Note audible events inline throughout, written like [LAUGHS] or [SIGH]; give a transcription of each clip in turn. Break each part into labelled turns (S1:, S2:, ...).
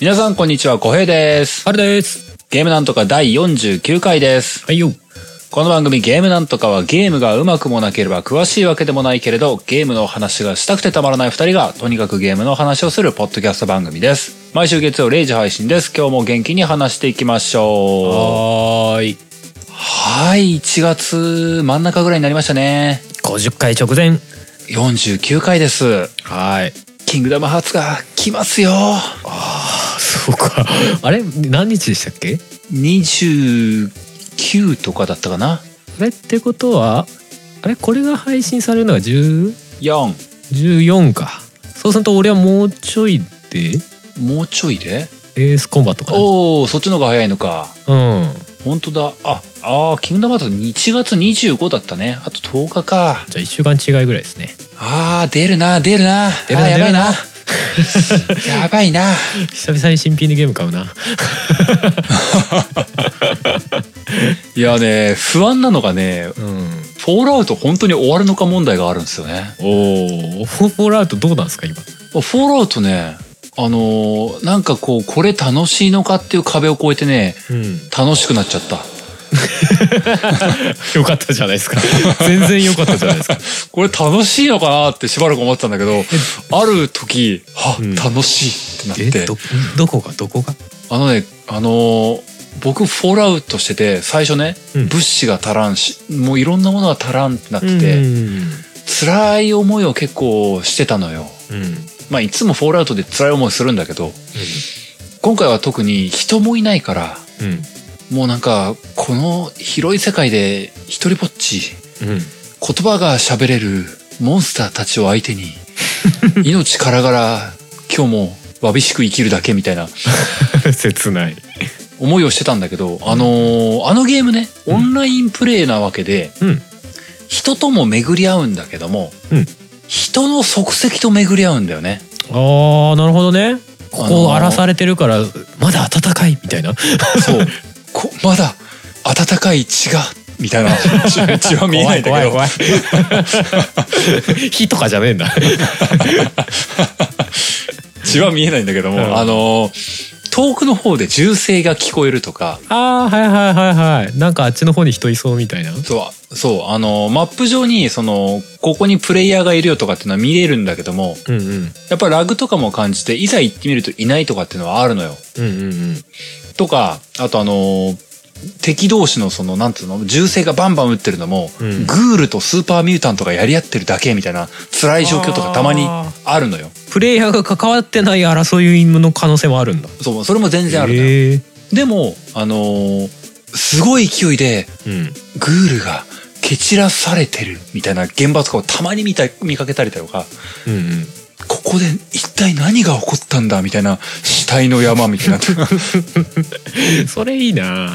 S1: 皆さんこんにちは、小平です。
S2: あれです。
S1: ゲームなんとか第49回です。
S2: はいよ。
S1: この番組ゲームなんとかはゲームがうまくもなければ詳しいわけでもないけれど、ゲームの話がしたくてたまらない二人がとにかくゲームの話をするポッドキャスト番組です。毎週月曜0時配信です。今日も元気に話していきましょう。
S2: はーい。
S1: はい、1月真ん中ぐらいになりましたね。
S2: 50回直前。
S1: 49回です。
S2: はい。
S1: キングダムハーツが来ますよ。
S2: あ、そうか。 [LAUGHS] あれ何日でしたっけ
S1: 29とかだったかな
S2: あれってことは、あれこれが配信されるのが10
S1: ?4。
S2: 14か。そうすると俺はもうちょいで、
S1: もうちょいで
S2: エースコンバットかな。
S1: おおそっちの方が早いのか
S2: うん。
S1: 本当だああーキングダムハーツ1月25だったねあと10日か
S2: じゃあ1週間違いぐらいですね。
S1: あー出るな出るな
S2: 出るな
S1: あーやばいな [LAUGHS] やばいな
S2: 久々に新品でゲーム買うな。
S1: いやね不安なのがね
S2: うん。
S1: フォールアウト本当に終わるのか問題があるんですよね
S2: おお。フォー [LAUGHS] ルアウトどうなんですか今。
S1: フォールアウトねあのーなんかこうこれ楽しいのかっていう壁を越えてね
S2: うん。
S1: 楽しくなっちゃった
S2: [LAUGHS] よかったじゃないですか。 [LAUGHS] 全然よかったじゃないですか。
S1: これ楽しいのかなってしばらく思ってたんだけどある時あ、
S2: うん
S1: 楽しいってな
S2: [LAUGHS] え
S1: って
S2: どどこがどこが
S1: あのね、あのー僕フォールアウトしてて、最初ね、
S2: うん
S1: 物資が足らんし、もういろんなものが足らんってなってて、
S2: うん
S1: 辛い思いを結構してたのよ。
S2: うん
S1: まあ、いつもフォールアウトで辛い思いするんだけど、今回は特に人もいないから、
S2: うん
S1: もうなんか、この広い世界で一人ぼっち、
S2: うん [LAUGHS]
S1: 言葉が喋れるモンスターたちを相手に、命からがら、今日もわびしく生きるだけみたいな
S2: 切ない。
S1: 思いをしてたんだけど、あのーあのゲームね、
S2: うん
S1: オンラインプレイなわけで、
S2: うん
S1: 人とも巡り合うんだけども、
S2: うん
S1: 人の足跡と巡り合うんだよ
S2: [LAUGHS]
S1: ね。
S2: ああなるほどね。こ
S1: あのー
S2: こ荒らされてるからまだ暖かいみたいな。
S1: そう。こまだ暖かい血が、みたい
S2: [LAUGHS]
S1: な。血 [LAUGHS] は見えないんだけど。
S2: 怖い怖
S1: [LAUGHS]
S2: い。火とかじゃねえんだ。
S1: 血は見えないんだけども、
S2: うん
S1: あのー遠くの方で銃声が聞こえるとか、
S2: ああはいはいはいはい。なんかあっちの方に人いそうみたいな。
S1: そう、そう、あのーマップ上に、その、ここにプレイヤーがいるよとかっていうのは見れるんだけども、
S2: うんうん
S1: やっぱラグとかも感じて、いざ行ってみるといないとかっていうのはあるのよ。
S2: うんうんうん。
S1: とか、あとあのー敵同士のその、なんつうの、銃声がバンバン撃ってるのも、
S2: うん
S1: グールとスーパーミュータントがやり合ってるだけみたいな辛い状況とかたまにあるのよ。
S2: プレイヤーが関わってない争いの可能性もあるんだ。
S1: そう、それも全然あるのよ。
S2: へえ
S1: でも、あのーすごい勢いで、
S2: うん。
S1: グールが蹴散らされてるみたいな現場とかをたまに見た、見かけたりだとか、
S2: うんうん。
S1: ここで一体何が起こったんだみたいな死体の山みたいな
S2: それいいな。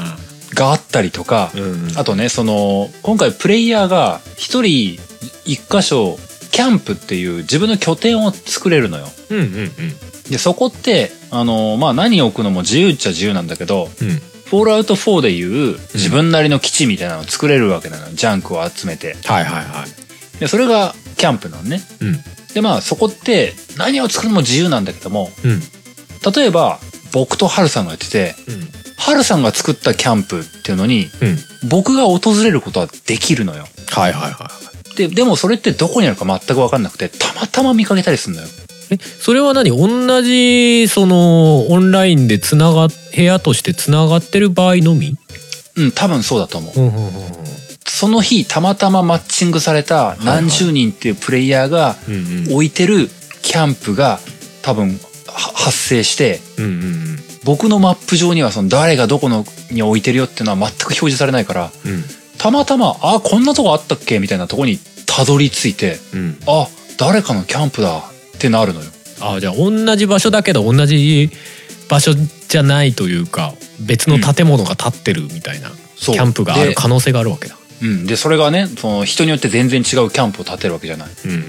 S1: があったりとか、
S2: うん
S1: あとね、その、今回プレイヤーが一人一箇所、キャンプっていう自分の拠点を作れるのよ。
S2: うんうんうん
S1: で、そこって、あの、まあ、何を置くのも自由っちゃ自由なんだけど、
S2: うん。
S1: フォールアウト4でいう自分なりの基地みたいなのを作れるわけなのよ。ジャンクを集めて。
S2: はいはいはい。
S1: で、それがキャンプなのね。
S2: うん
S1: で、まあ、そこって何を作るのも自由なんだけども、
S2: うん
S1: 例えば、僕とハルさんがやってて、
S2: うん
S1: ハルさんが作ったキャンプっていうのに、
S2: うん。
S1: 僕が訪れることはできるのよ。
S2: はいはいはい。
S1: で、でもそれってどこにあるか全く分かんなくて、たまたま見かけたりするのよ。
S2: えそれは何同じそのオンラインでつなが部屋としてつながってる場合のみ、
S1: うん、多分そうだと思う。
S2: うんうんうんうん
S1: その日、たまたまマッチングされた何十人っていうプレイヤーが
S2: うん
S1: 置いてるキャンプが多分は発生して、
S2: うんうん
S1: 僕のマップ上にはその誰がどこのに置いてるよっていうのは全く表示されないから、
S2: うん
S1: たまたま、あ、こんなとこあったっけみたいなとこにたどり着いて、
S2: うん
S1: あ、誰かのキャンプだってなるのよ。
S2: あじゃあ同じ場所だけど同じ場所じゃないというか別の建物が建ってるみたいな、
S1: そう
S2: キャンプがあ
S1: で
S2: る可能性があるわけだ。
S1: うん。で、それがね、その人によって全然違うキャンプを建てるわけじゃない。
S2: うんうん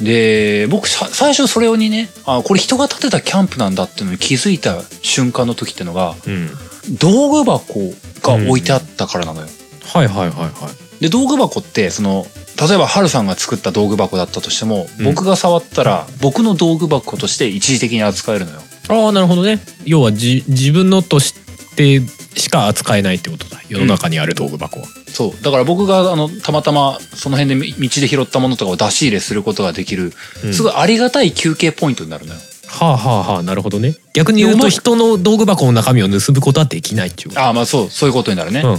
S1: で、僕さ、最初それにね、あ、これ人が建てたキャンプなんだっていうのに気づいた瞬間の時ってのが、
S2: うん、
S1: 道具箱が置いてあったからなのよ。
S2: はいはいはいは
S1: で、道具箱って、その、例えば、ハルさんが作った道具箱だったとしても、
S2: うん
S1: 僕が触ったら、僕の道具箱として一時的に扱えるのよ。
S2: ああなるほどね要はじ自分のとしてしか扱えないってことだ世の中にある道具箱は、
S1: そうだから僕があのたまたまその辺で道で拾ったものとかを出し入れすることができる
S2: うん
S1: すごいありがたい休憩ポイントになるのよ。
S2: はあはあはあなるほどね逆に言
S1: で
S2: う
S1: お
S2: と
S1: 前
S2: 人の道具箱の中身を盗むことはできないっていうこと
S1: ああまあそうそういうことになるね。
S2: うんうんうん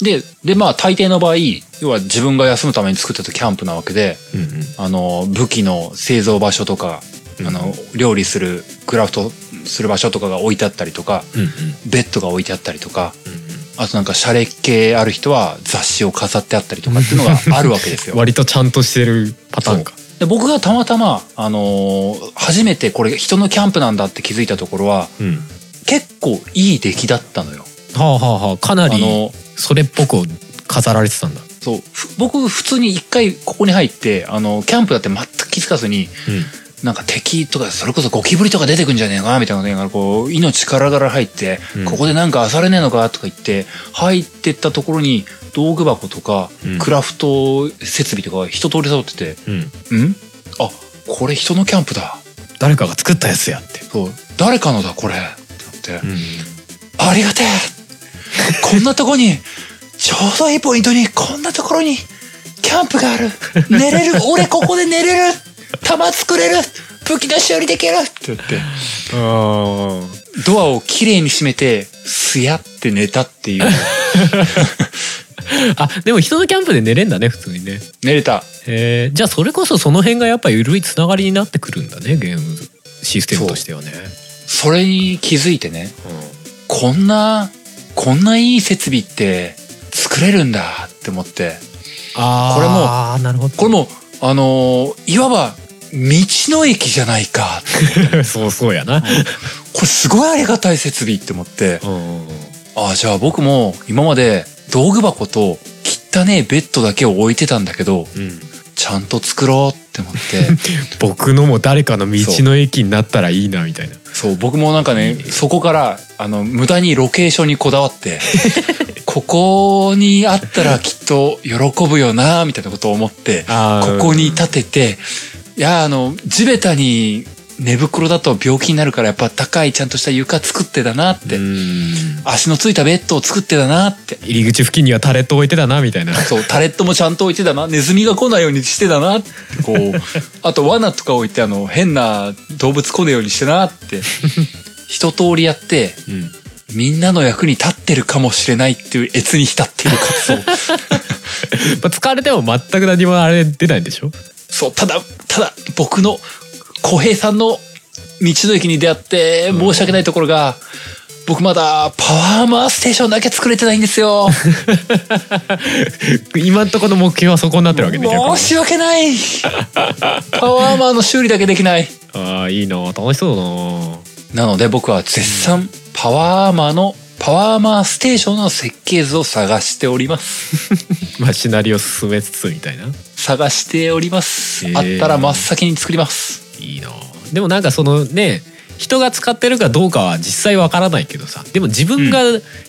S1: ででまあ大抵の場合要は自分が休むために作ってたキャンプなわけで
S2: うんうん
S1: あの武器の製造場所とか、
S2: うん
S1: あの料理するクラフトする場所とかが置いてあったりとか
S2: うんうん
S1: ベッドが置いてあったりとか
S2: うん
S1: あとなんかシャレ系ある人は雑誌を飾ってあったりとかっていうのがあるわけです
S2: う
S1: よ
S2: ん。 [LAUGHS] 割とちゃんとしてるパターンか
S1: で僕がたまたま、あのー初めてこれ人のキャンプなんだって気づいたところは
S2: うん
S1: 結構いい出来だったのよ。
S2: はあはあはあかな
S1: あの
S2: り
S1: ー
S2: それっぽく飾られてたんだ、
S1: そうふ僕普通に一回ここに入って、あのーキャンプだって全く気づかずになんか敵とかそれこそゴキブリとか出てくんじゃねえかみたいなねこう命からがら入って、
S2: うん
S1: ここでなんか漁れねえのかとか言って入ってったところに道具箱とか
S2: うん
S1: クラフト設備とかが一通り揃ってて
S2: うんうん、
S1: 「んあこれ人のキャンプだ」
S2: 誰かが作ったやつやって、
S1: そう「誰かのだこれ」ってなって
S2: ん、
S1: 「ありがてえこんなとこにちょうどいいポイントにこんなところにキャンプがある寝れ [LAUGHS] る俺ここで寝れる玉作れる武器出しよりできる」って言って。
S2: あ
S1: ドアをきれいに閉めて、すやって寝たっていう。
S2: [LAUGHS] あでも人のキャンプで寝れんだね普通にね
S1: 寝れた。
S2: へえじゃあそれこそその辺がやっぱ緩いつながりになってくるんだねゲームシステムとしてはね
S1: それに気づいてね、
S2: う、
S1: こんな、こんないい設備って作れるんだって思って。
S2: あ
S1: これも
S2: あなるほど
S1: これもう、あのーいわば、道の駅じゃないか。
S2: れ [LAUGHS] そうそうやな、
S1: これすごいありがたい設備って思って。
S2: うん、
S1: ああ、じゃあ僕も今まで道具箱と汚ねえベッドだけを置いてたんだけど、
S2: うん、
S1: ちゃんと作ろうって思って。
S2: 僕のも誰かの道の駅になったらいいなみたいな
S1: そう僕もなんかねそこからあの無駄にロケーションにこだわってここにあったらきっと喜ぶよなみたいなことを思って
S2: あ
S1: ここに立てていやあの地べたに寝袋だと病気になるからやっぱ高いちゃんとした床作ってだなって、足のついたベッドを作ってだなって
S2: 入り口付近にはタレット置いてたなみたいな
S1: そうタレットもちゃんと置いてだなネズミが来ないようにしてだなってこ
S2: [LAUGHS]
S1: うあと罠とか置いてあの変な動物来ないようにしてなって
S2: [LAUGHS]
S1: 一通りやって
S2: うん
S1: みんなの役に立ってるかもしれないっていう越に浸っている活動。
S2: まあ疲れても全く何もあれ出ないんでしょ
S1: そう、ただ、ただ、僕の、小平さんの道の駅に出会って、申し訳ないところが、僕まだパワーマーステーションだけ作れてないんですよ。
S2: 今んとこの目標はそこになってるわけで
S1: 申し訳ない。
S2: [LAUGHS]
S1: パワーマーの修理だけできない。
S2: ああいいな楽しそうだな
S1: なので僕は絶賛、パワーマーの、パワーマーステーションの設計図を探しております。
S2: まあシナリオ進めつつみたいな
S1: 探しております。
S2: へ
S1: あっ
S2: ー
S1: たら真っ先に作ります。
S2: いいなでもなんかそのね人が使ってるかどうかは実際わからないけどさでも自分が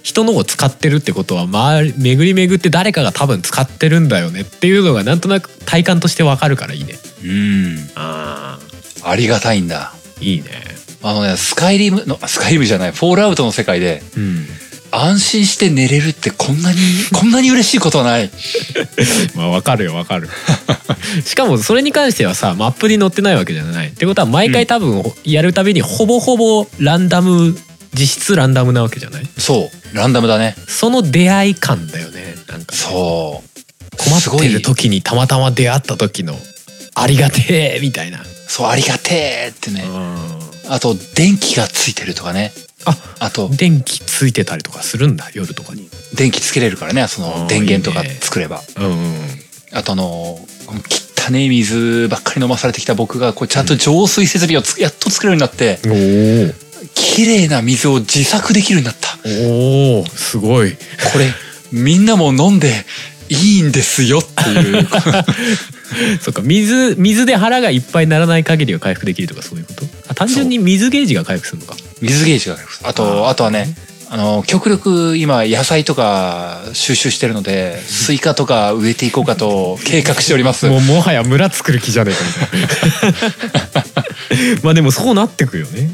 S2: 人のを使ってるってことは、周り巡り巡って誰かが多分使ってるんだよねっていうのがなんとなく体感としてわかるからいいね
S1: うん。
S2: ああ
S1: ありがたいんだ。
S2: いいね
S1: あのね、スカイリムの、スカイリムじゃない、フォールアウトの世界で、
S2: うん
S1: 安心して寝れるってこんなに、こんなに嬉しいことはない。
S2: [LAUGHS] まあわかるよわかる [LAUGHS] しかもそれに関してはさマップに載ってないわけじゃないってことは毎回多分やるたびにほぼほぼランダム実質ランダムなわけじゃない
S1: そう、ランダムだね。
S2: その出会い感だよねなんか
S1: そう。
S2: 困ってる
S1: すごい
S2: 時にたまたま出会った時のありがてえみたいな、
S1: そう、ありがてえってね。
S2: あ
S1: あと、電気がついてるとかね。あと、
S2: 電気ついてたりとかするんだ夜とかに
S1: 電気つけれるからね、そ
S2: あー
S1: の電源とか
S2: いいね
S1: 作れば。
S2: うんうん
S1: あとあのー、この汚ねえ水ばっかり飲まされてきた僕が、こうちゃんと浄水設備をつやっと作れるようになって、
S2: おー
S1: 綺麗な水を自作できるようになった。
S2: おーすごい
S1: こ [LAUGHS] れみんなも飲んでいいんですよっていう
S2: [LAUGHS] そっか水水で腹がいっぱいにならない限りは回復できるとかそういうことあ単純に水ゲージが回復するのか
S1: [LAUGHS] 水ゲージがありますあと
S2: あー
S1: あとはねあの極力今野菜とか収集してるの [LAUGHS] でスイカとか植えていこうかと計画しております
S2: もうもは [LAUGHS] や村作る気じゃねえかみたいなまあでもそうなってくよね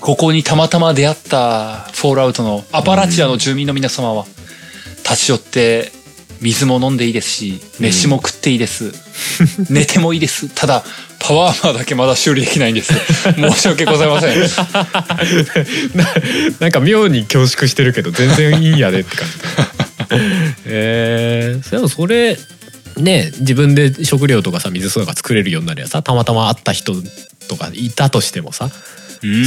S1: ここにたまたま出会ったフォールアウトのアパラチアの住民の皆様は、立ち寄って水も飲んでいいですし、飯も食っていいです。寝てもいいです。ただ、パワーアーマーだけまだ修理できないんです。申し訳ございません。
S2: な [LAUGHS] なんか妙に恐縮してるけど全然いいんやでって感じえー、でもそれね自分で食料とかさ水とか作れるようになりゃさたまたま会った人とかいたとしてもさ、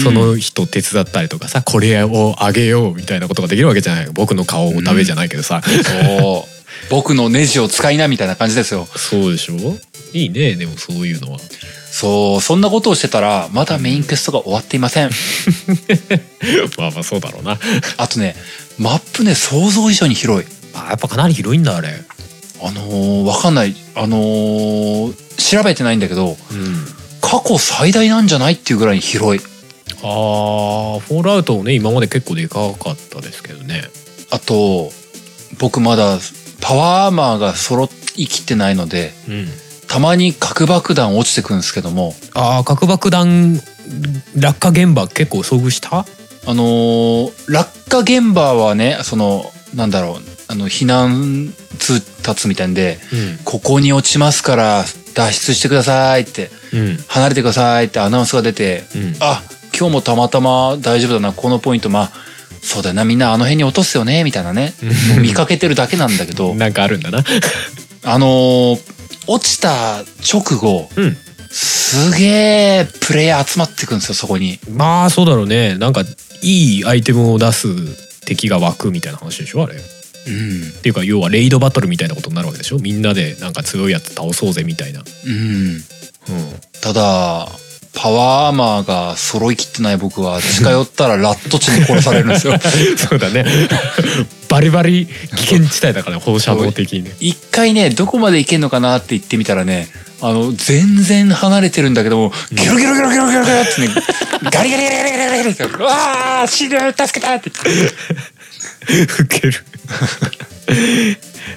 S2: その人手伝ったりとかさこれをあげようみたいなことができるわけじゃない僕の顔を食べじゃないけどさ、
S1: そう。僕のネジを使いなみたいな感じですよ。
S2: そうでしょいいねでもそういうのは [LAUGHS]
S1: そう、そんなことをしてたら、まだメインクエストが終わっていません。
S2: まあまあそうだろうな、
S1: あとね、マップね、想像以上に広い。
S2: まあ、やっぱかなり広いんだあれ
S1: あのー、わかんない。あのー調べてないんだけど、
S2: うん
S1: 過去最大なんじゃないっていうぐらいに広い。
S2: あーフォールアウトもね今まで結構でかかったですけどね
S1: あと、僕まだ、パワーアーマーが揃いきってないので、
S2: うん
S1: たまに核爆弾落ちてくるんですけども、
S2: あー核爆弾落下現場結構遭遇した
S1: あのー落下現場はね、その、なんだろう、あの、避難通達みたいんで、
S2: う
S1: ここに落ちますから脱出してくださいって、
S2: んうん
S1: 離れてくださいってアナウンスが出て、
S2: うん
S1: あ、今日もたまたま大丈夫だな、このポイント、まあ、そうだよな、みんなあの辺に落とすよね、みたいなね。もう見かけてるだけなんだけど、
S2: なんかあるんだな
S1: あのー落ちた直後、
S2: うん
S1: すげえプレイヤー集まってくんですよ、そこに。
S2: まあそうだろうねなんかいいアイテムを出す敵が湧くみたいな話でしょあれっ
S1: うん。
S2: ていうか要はレイドバトルみたいなことになるわけでしょみんなでなんか強いやつ倒そうぜみたいなうん
S1: うん。ただ、パワーアーマーが揃いきってない僕は近寄ったらラットチに殺されるんですよ。
S2: [LAUGHS] そうだねバリバリ危険地帯だからね放射能的にね
S1: 一回ね、どこまで行けんのかなって言ってみたらね、あの、全然離れてるんだけども、ギロギロギロギロギロギロってね、ガリガリガリガリガリガリって、うわあ死ぬ助けたって言って。
S2: ウケる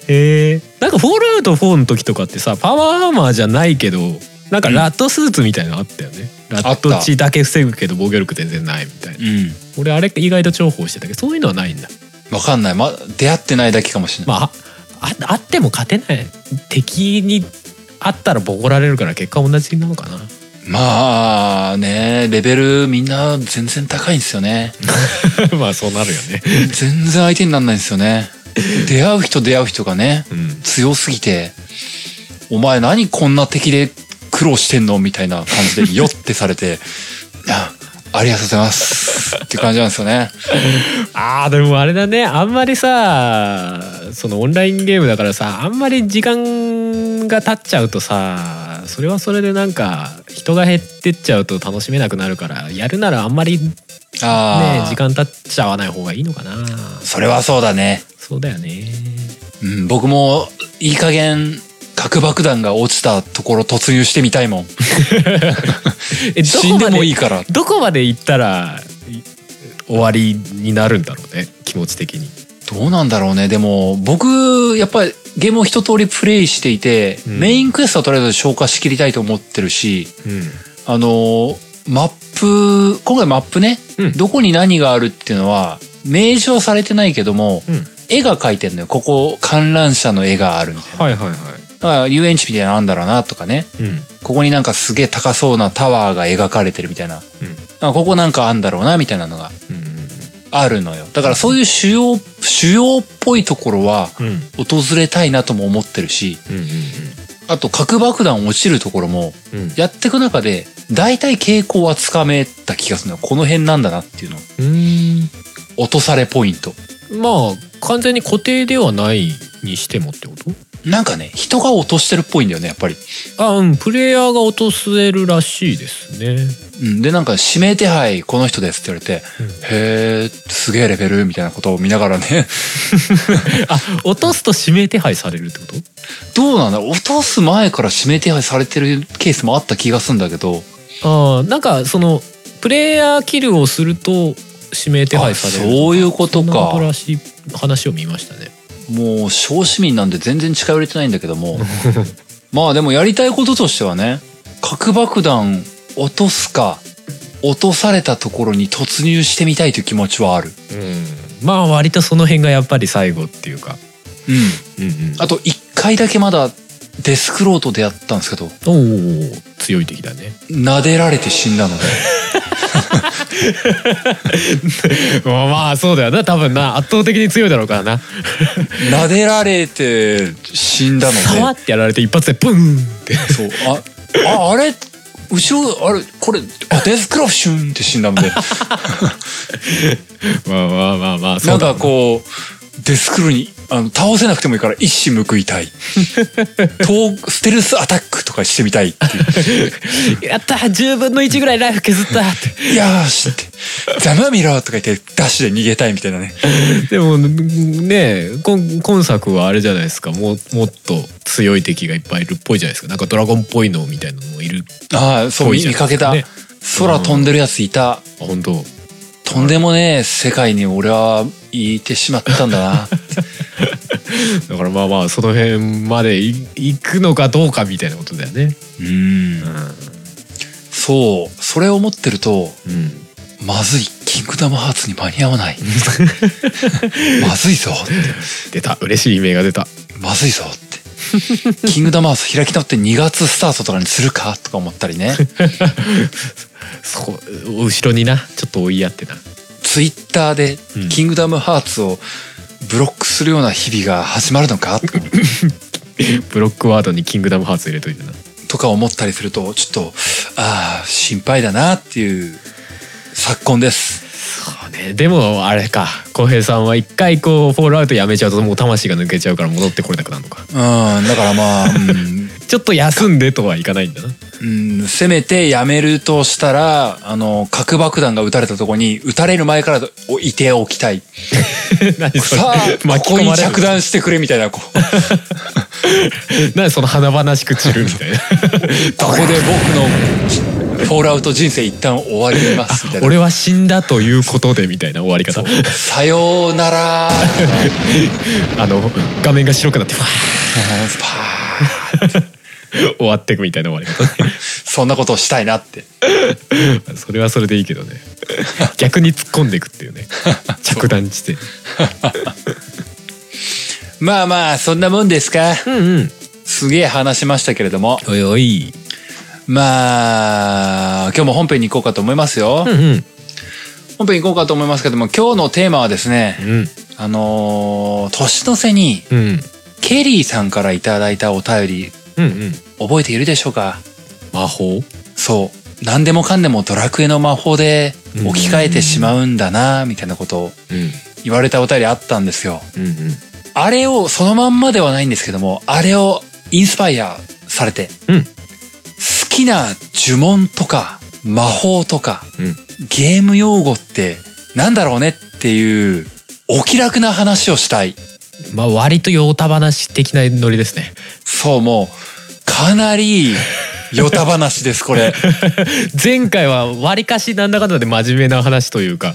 S2: えー、なんか「フォールアウト4」の時とかってさパワーアーマーじゃないけどなんかラットスーツみたいなのあったよね、ラット血だけ防ぐけど防御力全然ないみたいな
S1: う
S2: 俺あれ意外と重宝してたけどそういうのはないんだ
S1: ん。わかんない。ま、出会ってないだけかもしれない。
S2: まあああっても勝てない敵にあったらボコられるから結果同じなのか [LAUGHS] な
S1: まあね、レベルみんな全然高いんですよね。
S2: まあそうなるよね
S1: 全然相手になんないんですよね。出会う人出会う人がね、
S2: うん
S1: 強すぎて、お前何こんな敵で苦労してんのみたいな感じで、よってされて、 [LAUGHS] あありがとうございます。って感じなんですよね。
S2: あーでもあれだねあんまりさそのオンラインゲームだからさあんまり時間が経っちゃうとさそれはそれでなんか人が減ってっちゃうと楽しめなくなるからやるならあんまりね
S1: ああ、
S2: 時間経っちゃわない方がいいのかな
S1: それはそうだね。
S2: そうだよね
S1: うん、僕もいい加減、核爆弾が落ちたところ突入してみたいもん。
S2: えど
S1: 死
S2: こ
S1: んで
S2: ま
S1: も
S2: で
S1: いいから。
S2: どこまで行ったらい終わりになるんだろうね気持ち的に
S1: どうなんだろうね。でも、僕、やっぱりゲームを一通りプレイしていて、
S2: うん
S1: メインクエストはとりあえず消化しきりたいと思ってるし、
S2: う
S1: あのーマップ、今回マップね、
S2: うん
S1: どこに何があるっていうのは、明示はされてないけども、
S2: んうん
S1: 絵が描いてんのよ。ここ、観覧車の絵があるみたいな。
S2: はいはいはい
S1: だから遊園地みたいなのあんだろうなとかね。
S2: うん
S1: ここになんかすげえ高そうなタワーが描かれてるみたいな。
S2: うん
S1: あここなんかあんだろうなみたいなのが
S2: うん
S1: あるのよ。だからそういう主要、主要っぽいところは、
S2: うんうん
S1: 訪れたいなとも思ってるし、
S2: うん
S1: あと核爆弾落ちるところも、
S2: うんうん
S1: やっていく中で、大体傾向はつかめた気がするのよ。この辺なんだなっていうの。
S2: うーん
S1: 落とされポイント。
S2: まあ完全に固定ではないにしてもってこと
S1: なんかね、人が落としてるっぽいんだよね、やっぱり。
S2: あうんプレイヤーが落とせるらしいですね
S1: うん。で、なんか、指名手配、この人ですって言われて、
S2: うん
S1: へえ、すげえレベルみたいなことを見ながらね、 [LAUGHS]
S2: あ落とすと指名手配されるってこと
S1: どうなんだ落とす前から指名手配されてるケースもあった気がするんだけど、
S2: あーなんかそのプレイヤーキルをすると指名手配され
S1: あ
S2: る
S1: そういうことか
S2: そんならしい話を見ましたね
S1: もう、小市民なんで全然近寄れてないんだけども、 [LAUGHS] まあでもやりたいこととしてはね、核爆弾落とすか、落とされたところに突入してみたいという気持ちはある。
S2: まあ割とその辺がやっぱり最後っていうか、
S1: うん。
S2: うんうん、
S1: あと一回だけまだデスクローと出会ったんですけど、
S2: おお強い敵だね
S1: 撫でられて死んだので。
S2: [LAUGHS] まあそうだよな多分な圧倒的に強いだろうからな
S1: 撫でられて死んだ
S2: さわ
S1: の
S2: ってやられて一発でブーンって
S1: で。そう。あ、あ、あれ後ろ、あれこれ、あ、デスクローシューンって死んだので。
S2: まあまあまあまあ
S1: な
S2: そ
S1: ん
S2: うだ
S1: かこう、デスクローに、あの、倒せなくてもいいから一矢報いたい。遠ステルスアタックとかしてみたいっていう。
S2: やった10分の1ぐらいライフ削ったっ
S1: いやーしって、ざまみろとか言ってダッシュで逃げたいみたいなね。
S2: て [LAUGHS] でもね今今作はあれじゃないですかもうもっと強い敵がいっぱいいるっぽいじゃないですかなんかドラゴンっぽいのみたいなのもいる
S1: ああ、そう、
S2: ぽい
S1: 見
S2: じゃん
S1: かけた。
S2: ね
S1: 空飛んでるやついた。
S2: あ本当
S1: とんでもねえ世界に俺はいてしまったんだな。
S2: だからまあまあその辺までい行くのかどうかみたいなことだよね
S1: うん
S2: う。ん、
S1: そう。それを思ってると、
S2: うん、
S1: まずい。キングダムハーツに間に合わない。まずいぞ。
S2: 出た嬉しい名が出た
S1: まずいぞって。キングダムハーツ開き直って2月スタートとかにするかとか思ったり
S2: [LAUGHS]
S1: ね。
S2: そこ後ろになちょっと追いやってな
S1: ツイッターで
S2: うん
S1: キングダムハーツをブロックするような日々が始まるのかとか思って
S2: ブロックワードに「キングダムハーツ」入れといてな
S1: とか思ったりすると、ちょっと、ああ、心配だなっていう昨今です。
S2: そうねでもあれか浩平さんは一回こうフォールアウトやめちゃうともう魂が抜けちゃうから戻ってこれなくなるのか
S1: うん、だからまあ、うん、
S2: ちょっと休んでとはいかないんだな [LAUGHS]
S1: うん、せめてやめるとしたら、あの、核爆弾が撃たれたとこに、撃たれる前からおいておき
S2: [LAUGHS]
S1: たい。
S2: 何それ
S1: さあ、
S2: 巻き
S1: ここ
S2: 込
S1: に
S2: まれ
S1: 着
S2: る
S1: 弾してくれみたいな、こう
S2: 何その華々しく散るみ [LAUGHS] たいな
S1: ここで僕のフォールアウト人生一旦終わります、みたいな。
S2: 俺は死んだということでみたいな終わり方
S1: さようなら。 [LAUGHS]
S2: あの画面が白くなってわ
S1: パー
S2: ー終わってくみたいな終わり方
S1: そんなことをしたいなって。
S2: それはそれでいいけど [LAUGHS] ね逆に突っ込んでいくっていう [LAUGHS] ね着弾地点
S1: まあまあ、そんなもんですか。
S2: うんうん
S1: すげえ話しましたけれども。
S2: おいおい
S1: まあ、今日も本編に行こうかと思いますよ。
S2: うんうん
S1: 本編行こうかと思いますけども、今日のテーマはですね、
S2: うん
S1: あのー年の瀬に
S2: うん
S1: ケリーさんからいただいたお便り
S2: うんうん
S1: 覚えているでしょうか
S2: 魔法
S1: そう何でもかんでもドラクエの魔法で置き換えてしまうんだなみたいなことを
S2: うん
S1: 言われたお便りあったんですよ
S2: うんうん
S1: あれをそのまんまではないんですけどもあれをインスパイアされて
S2: うん
S1: 好きな呪文とか魔法とか
S2: うん
S1: ゲーム用語ってなんだろうねっていうお気楽な話をしたい
S2: まあ割とヨタ話的なノリですね
S1: そう、もう、かなり、ヨタ話です、こ
S2: [LAUGHS]
S1: れ。
S2: 前回は割かしなんだかんだで真面目な話というか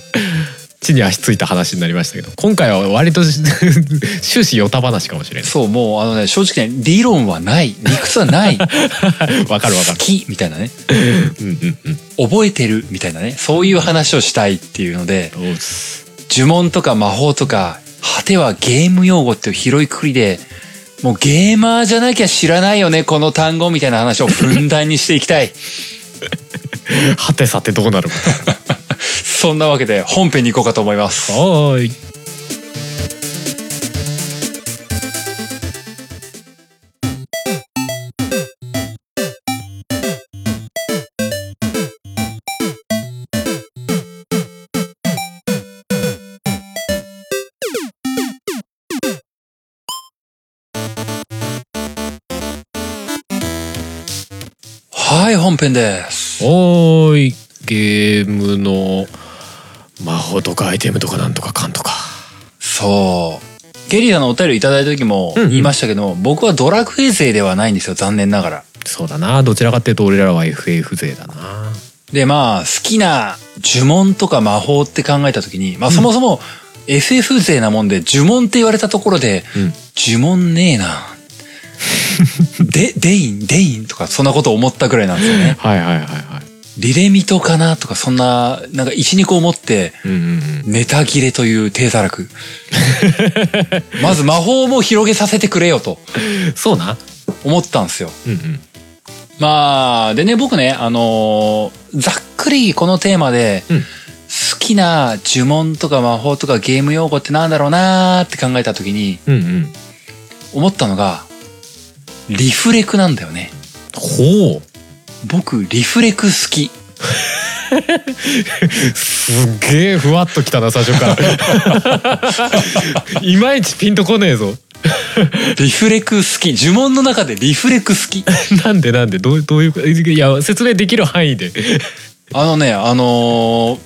S2: 地に足ついた話になりましたけど今回は割と [LAUGHS] 終始ヨタ話かもしれない [LAUGHS]
S1: そう、もう、あのね、正直ね、理論はない。理屈はない。わ
S2: [LAUGHS] わかるわか
S1: 好き、みたいなね。
S2: るうんうんうん
S1: 覚えてる、みたいなね。そういう話をしたいっていうので、
S2: おうっす
S1: 呪文とか魔法とか、果てはゲーム用語っていう広いくくりで、もうゲーマーじゃなきゃ知らないよね、この単語みたいな話をふんだんにしていきたい。
S2: はてさてどうなるか
S1: そんなわけで本編に行こうかと思います。
S2: おーい
S1: はい、本編です。
S2: おーいゲームの魔法とかアイテムとかなんとかかんとか
S1: そう。ゲリラのお便りいただいた時も
S2: うんうん
S1: 言いましたけども、僕はドラクエ勢ではないんですよ、残念ながら。
S2: そうだなどちらかっていうと俺らは FF 勢だな
S1: で、まあ、好きな呪文とか魔法って考えた時に、まあ、そもそも FF 勢なもんで、呪文って言われたところで、
S2: うん
S1: 呪文ねえな。
S2: [LAUGHS]
S1: で、デイン、デインとか、そんなこと思ったぐらいなんですよね。
S2: はいはいはいはい
S1: リレミトかなとか、そんな、なんか1、2個思って、
S2: うんうんうん
S1: ネタ切れという低たら
S2: [LAUGHS]
S1: く。まず魔法も広げさせてくれよと
S2: そうな
S1: 思ったんですよ。
S2: うんうん
S1: まあ、でね、僕ね、あのーざっくりこのテーマで、
S2: うん
S1: 好きな呪文とか魔法とかゲーム用語ってなんだろうなーって考えた時に
S2: うんうん
S1: 思ったのが、リフレクなんだよね。
S2: ほう
S1: 僕、リフレク好き。
S2: すっげえふわっときたな最初から [LAUGHS] いまいちピンとこねえぞ
S1: リフレク好き。呪文の中でリフレク好き。
S2: なんでなんでどうどういうこといや説明できる範囲で
S1: あのね、あのー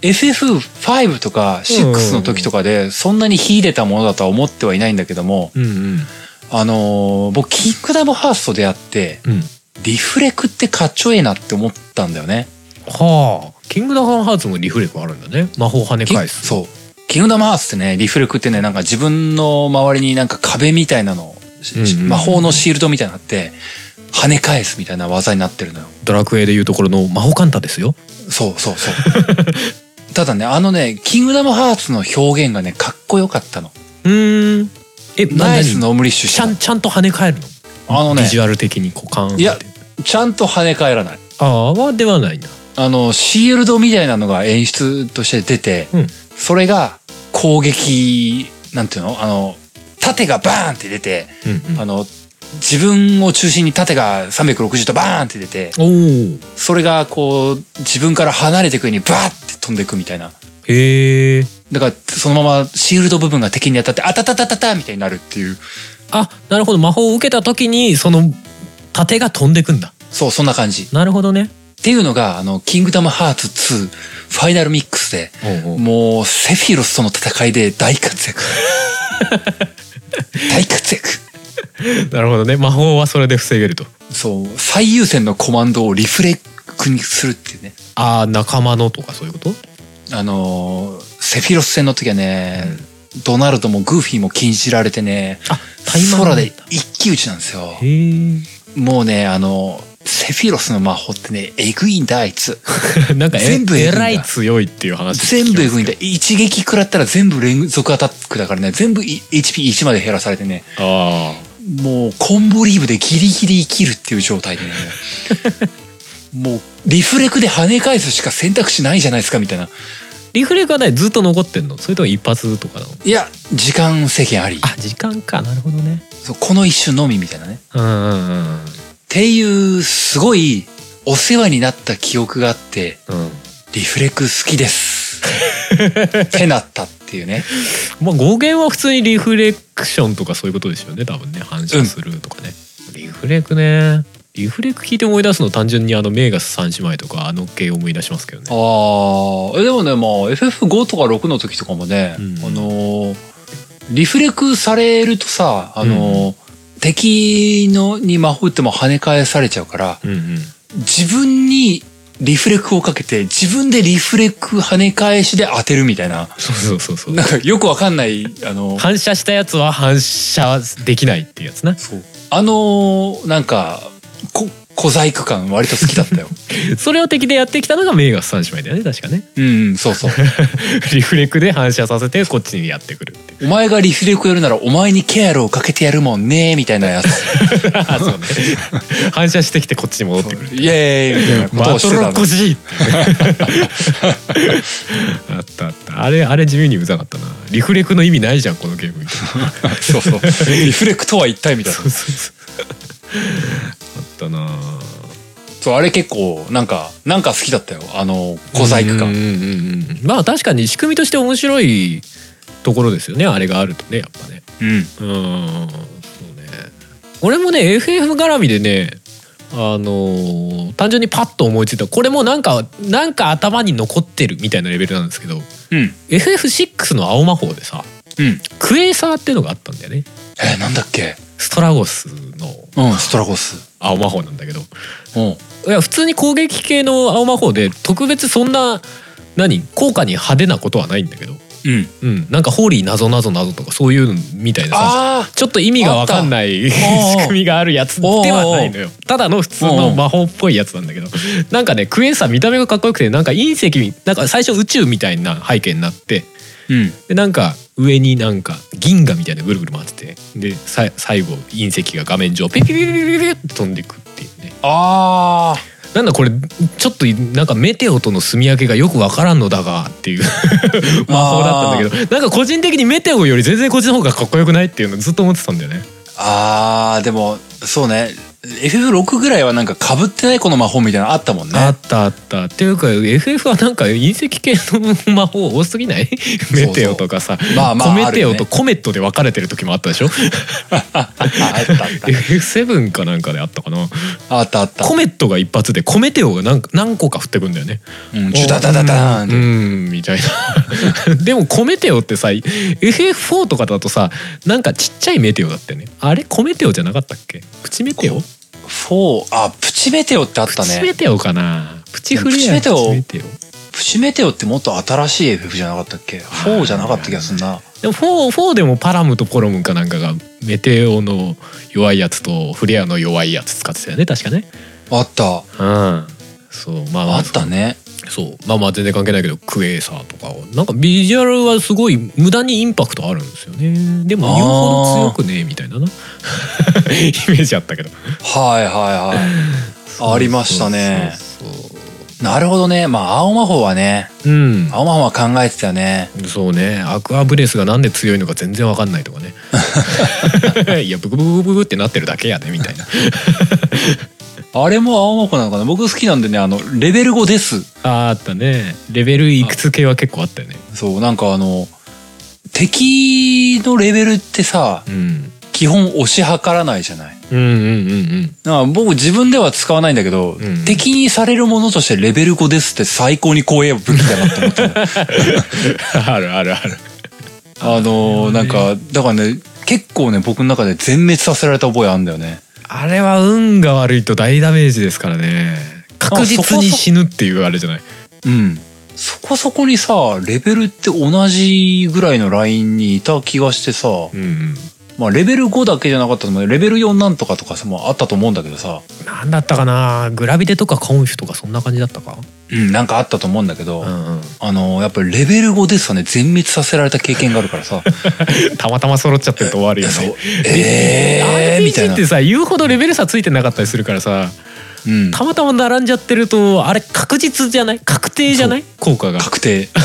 S1: FF5 とか6の時とかでそんなに秀でたものだとは思ってはいないんだけども、
S2: うんうん
S1: あのー僕キングダムハーストでやって
S2: うん
S1: リフレクってかっちょええなって思ったんだよね。
S2: はあキングダムハーツもリフレクあるんだね魔法跳ね
S1: き
S2: 返す
S1: そう。キングダムハーツってね、リフレクってね、なんか自分の周りになんか壁みたいなの、しし
S2: うんうん
S1: 魔法のシールドみたいなのあって、跳ね返すみたいな技になってるのよ。
S2: ドラクエでいうところの魔法カンタですよ
S1: そうそうそう。
S2: [LAUGHS]
S1: ただね、あのね、キングダムハーツの表現がね、かっこよかったの。
S2: うーんえな
S1: ナイス
S2: 何
S1: ノームリッシュし
S2: ち
S1: た
S2: ゃ
S1: の
S2: んちゃんと跳ね返るの
S1: あのね
S2: ビジュアル的に股間
S1: いやちゃんと跳ね返らない。
S2: ああではないな
S1: あの、シールドみたいなのが演出として出て、
S2: うん
S1: それが攻撃、なんていうのあの、盾がバーンって出て、
S2: うん
S1: あの、自分を中心に盾が360度バーンって出て、
S2: うん、おお
S1: それがこう、自分から離れていくようにバーって飛んでいくみたいな。
S2: へえ
S1: だから、そのままシールド部分が敵に当たって、あたたたたたみたいになるっていう。
S2: あなるほど魔法を受けた時にその盾が飛んでくんだ
S1: そう、そんな感じ。っ
S2: なるほどね
S1: ていうのが、あの、キングダムハーツ2、ファイナルミックスで、もう、セフィロスとの戦いで大活
S2: [LAUGHS]
S1: 躍。大活躍。
S2: なるほどね魔法はそれで防げると
S1: そう、最優先のコマンドをリフレクにするっていうね。
S2: ああ仲間のとかそういうこと
S1: あのーセフィロス戦の時はね、ドナルドもグーフィーも禁じられてね、
S2: あ
S1: 空で一騎打ちなんですよ。
S2: へえ [LAUGHS]
S1: もうね、あの、セフィロスの魔法ってね、えぐいんだ、あい
S2: [LAUGHS]
S1: つ。
S2: なんかえ
S1: 全部えぐいん
S2: え
S1: だ
S2: らい強いっていう話聞き
S1: 全
S2: ま
S1: 部
S2: す
S1: えぐいんだ。一撃食らったら全部連続アタックだからね、全部 HP1 まで減らされてね、
S2: あ
S1: もうコンボリーブでギリギリ生きるっていう状態で
S2: [LAUGHS]
S1: ね、もうリフレクで跳ね返すしか選択肢ないじゃないですか、みたいな。
S2: あリフレクはねずっと残ってんのそれとも一発とかなの
S1: いや、時間制限あり。
S2: あ時間かなるほどね
S1: そうこの一瞬のみみたいなね。
S2: うんうんうん
S1: っていう、すごい、お世話になった記憶があって、
S2: うん
S1: リフレク好き
S2: [LAUGHS]
S1: です。ってなったっていうね。
S2: まあ語源は普通にリフレクションとかそういうことですよね多分ね反射するとかね、リフレクねリフレク聞いて思い出すの単純にあのメーガス三姉妹とかあの系思い出しますけどね
S1: ああ、えでもね、まあ、FF5 とか6の時とかもね、
S2: うん
S1: あのー、リフレクされるとさ、あのー、敵のに魔法打っても跳ね返されちゃうから、
S2: うんうん
S1: 自分にリフレクをかけて、自分でリフレク跳ね返しで当てるみたいな、
S2: そうそうそうそう
S1: なんかよくわかんない、あのー、
S2: 反射したやつは反射できないっていうやつな
S1: そう。あのーなんか、こ、小細工感割と好きだ
S2: [LAUGHS]
S1: ったよ。
S2: それを敵でやってきたのがメーガス三姉妹だよね確かね
S1: うん、そうそう。
S2: リフレクで反射させてこっちにやってくるっていう
S1: お
S2: [LAUGHS]
S1: 前がリフレクやるならお前にケアルをかけてやるもんね、みたいな
S2: [LAUGHS]
S1: やつ。
S2: あそうね反射してきてこっちに戻ってくる
S1: イエーイみたいな
S2: [LAUGHS]
S1: ことを
S2: バ
S1: し
S2: ト
S1: て
S2: ロ
S1: た
S2: ッコ
S1: の。
S2: G あったあったあれあれ地味にうざかったなリフレクの意味ないじゃんこのゲームみ [LAUGHS] たいな
S1: そうそう。リフレクとは一体みたいな
S2: そ。うそうそうあったな
S1: そう、あれ結構、なんか、なんか好きだったよ。あの、小細工
S2: うん
S1: 感。
S2: うんうんうんまあ確かに仕組みとして面白いところですよねあれがあるとねやっぱね
S1: うん。
S2: うんそうね俺もね FF 絡みでねあのー単純にパッと思いついたこれもなんかなんか頭に残ってるみたいなレベルなんですけど
S1: うん。
S2: FF6 の青魔法でさ
S1: うん。
S2: クエーサーっていうのがあったんだよね
S1: えーなんだっけ
S2: ストラゴスの
S1: うん、ストラゴス。
S2: 青魔法なんだけど
S1: うん。
S2: いや普通に攻撃系の青魔法で特別そんな何効果に派手なことはないんだけど
S1: うん
S2: うん、なんかホーリーなぞなぞなぞとかそういうのみたいなさ
S1: あ
S2: ちょっと意味が分かんない
S1: あっ
S2: [LAUGHS]
S1: た
S2: 仕組みがあるやつではないのよただの普通の魔法っぽいやつなんだけどなんかねクエン酸見た目がかっこよくてなんか隕石みなんか最初宇宙みたいな背景になって
S1: ーうん
S2: でなんか上になんか銀河みたいなぐるぐる回っててでさ最後隕石が画面上ピピピピピピピって飛んでいくっていうね
S1: ああ
S2: なんだこれちょっとなんかメテオとの住み分けがよくわからんのだがっていう [LAUGHS] 魔法だったんだけどなんか個人的にメテオより全然こっちの方がかっこよくないっていうのずっと思ってたんだよね
S1: あーでもそうね FF6 ぐらいはなんか被ってないこの魔法みたいなのあったもんね
S2: あったあったっていうか FF はなんか隕石系の魔法多すぎない
S1: う
S2: メテオとかさ
S1: まあまあ
S2: コメテオ
S1: あるよ
S2: と
S1: ね
S2: コメットで分かれてる時もあったでしょ
S1: ああったあった
S2: FF7 かなんかであったかな
S1: [LAUGHS] あったあった
S2: コメットが一発でコメテオが何何個か降ってくんだよね
S1: うんジュダダダダーンって
S2: うーんみたいな [LAUGHS] でもコメテオってさ FF4 とかだとさなんかちっちゃいメテオだったよねあれコメテオじゃなかったっけプチメテオ、
S1: こフォーあプチメテオってあっ
S2: プ
S1: た
S2: チメ
S1: ね
S2: テオかなプチフレア
S1: プチメテオ
S2: プチメテオ
S1: プチメテオってもっと新しい FF じゃなかったっけフォーじゃなかった気がすんな
S2: でも 4, 4でもパラムとポロムかなんかがメテオの弱いやつとフレアの弱いやつ使ってたよね確かね
S1: あった
S2: うんそうまあまあ
S1: あったね
S2: そうまあまあ全然関係ないけどクエーサーとかをなんかビジュアルはすごい無駄にインパクトあるんですよねでも
S1: あー
S2: 言うほど強くねえみたいなな [LAUGHS] イメージあったけど
S1: はいはいはいありましたね
S2: そうそうそう [LAUGHS]
S1: なるほどねまあ青魔法はね
S2: うん
S1: 青魔法は考えてたよね
S2: そうねアクアブレスがなんで強いのか全然わかんないと
S1: [LAUGHS]
S2: かねいやブクブクブクブクってなってるだけやねみたいな
S1: あれも青魔法なのかな僕好きなんでねあのレベル5です
S2: あーあったねレベルいくつ系は結構あったよね
S1: そう、なんかあの、敵のレベルってさ、
S2: うん
S1: 基本押し量らないじゃない。
S2: うんうんうんうん
S1: なんか僕自分では使わないんだけど、
S2: ん
S1: 敵にされるものとしてレベル5ですって最高に光栄武器だなって思った。
S2: あるあるある
S1: あのー、なんか、だからね、結構ね、僕の中で全滅させられた覚えあるんだよね。
S2: あれは運が悪いと大ダメージですからね確実に死ぬっていうあれじゃない
S1: うん。そこそこにさ、レベルって同じぐらいのラインにいた気がしてさ、
S2: うんうん
S1: まあレベル5だけじゃなかったと思うレベル4なんとかとかさ、もうあったと思うんだけどさ、
S2: なんだったかなグラビテとかコンフィとかそんな感じだったか
S1: うん、なんかあったと思うんだけど、
S2: うんうん
S1: あの、やっぱりレベル5でさね、全滅させられた経験があるから [LAUGHS] さ。
S2: たまたま揃っちゃってると終わるよ
S1: そう
S2: ね。
S1: えー、みたい
S2: RPG
S1: な
S2: っ。てさ言うほどレベル差ついてなかったりするからさ
S1: うん。
S2: たまたま並んじゃってるとあれ確実じゃない確定じゃない効果が
S1: 確定。
S2: [LAUGHS]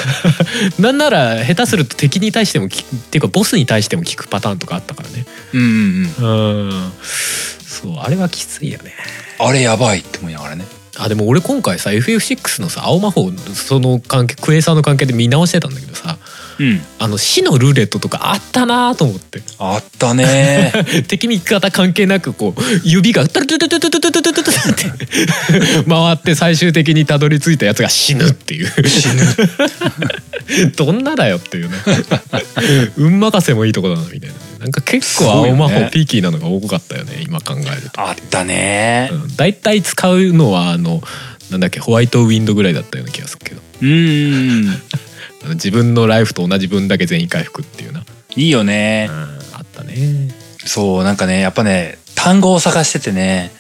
S2: なんなら下手すると敵に対してもきっていうかボスに対しても効くパターンとかあったからね
S1: うんうんうん。
S2: うんそうあれはきついよね
S1: あれやばいって思いながらね。
S2: あでも俺今回さ FF6 のさ青魔法その関係クエさんの関係で見直してたんだけどさ
S1: うん。
S2: あの死のルーレットとかあったなと思って [LAUGHS]
S1: あった [LAUGHS] ね。
S2: 敵味方関係なくこう指がトゥルトゥルトゥルトゥルトゥルトゥルトゥルって [LAUGHS] 回って最終的にたどり着いたやつが死ぬっていう死ぬ [LAUGHS] どんなだよっていうね [LAUGHS] 運任せもいいとこだなみたいななんか結構青魔
S1: すごいよ
S2: 法
S1: ね
S2: ピーキーなのが多かったよね今考えると
S1: あったね。
S2: うん大体、使うのはあのなんだっけホワイトウィンドぐらいだったような気がするけど
S1: うんうんうん。
S2: あの自分のライフと同じ分だけ全員回復っていうな、
S1: いいよね。
S2: あったね
S1: そう、なんかね、やっぱね、単語を探しててね、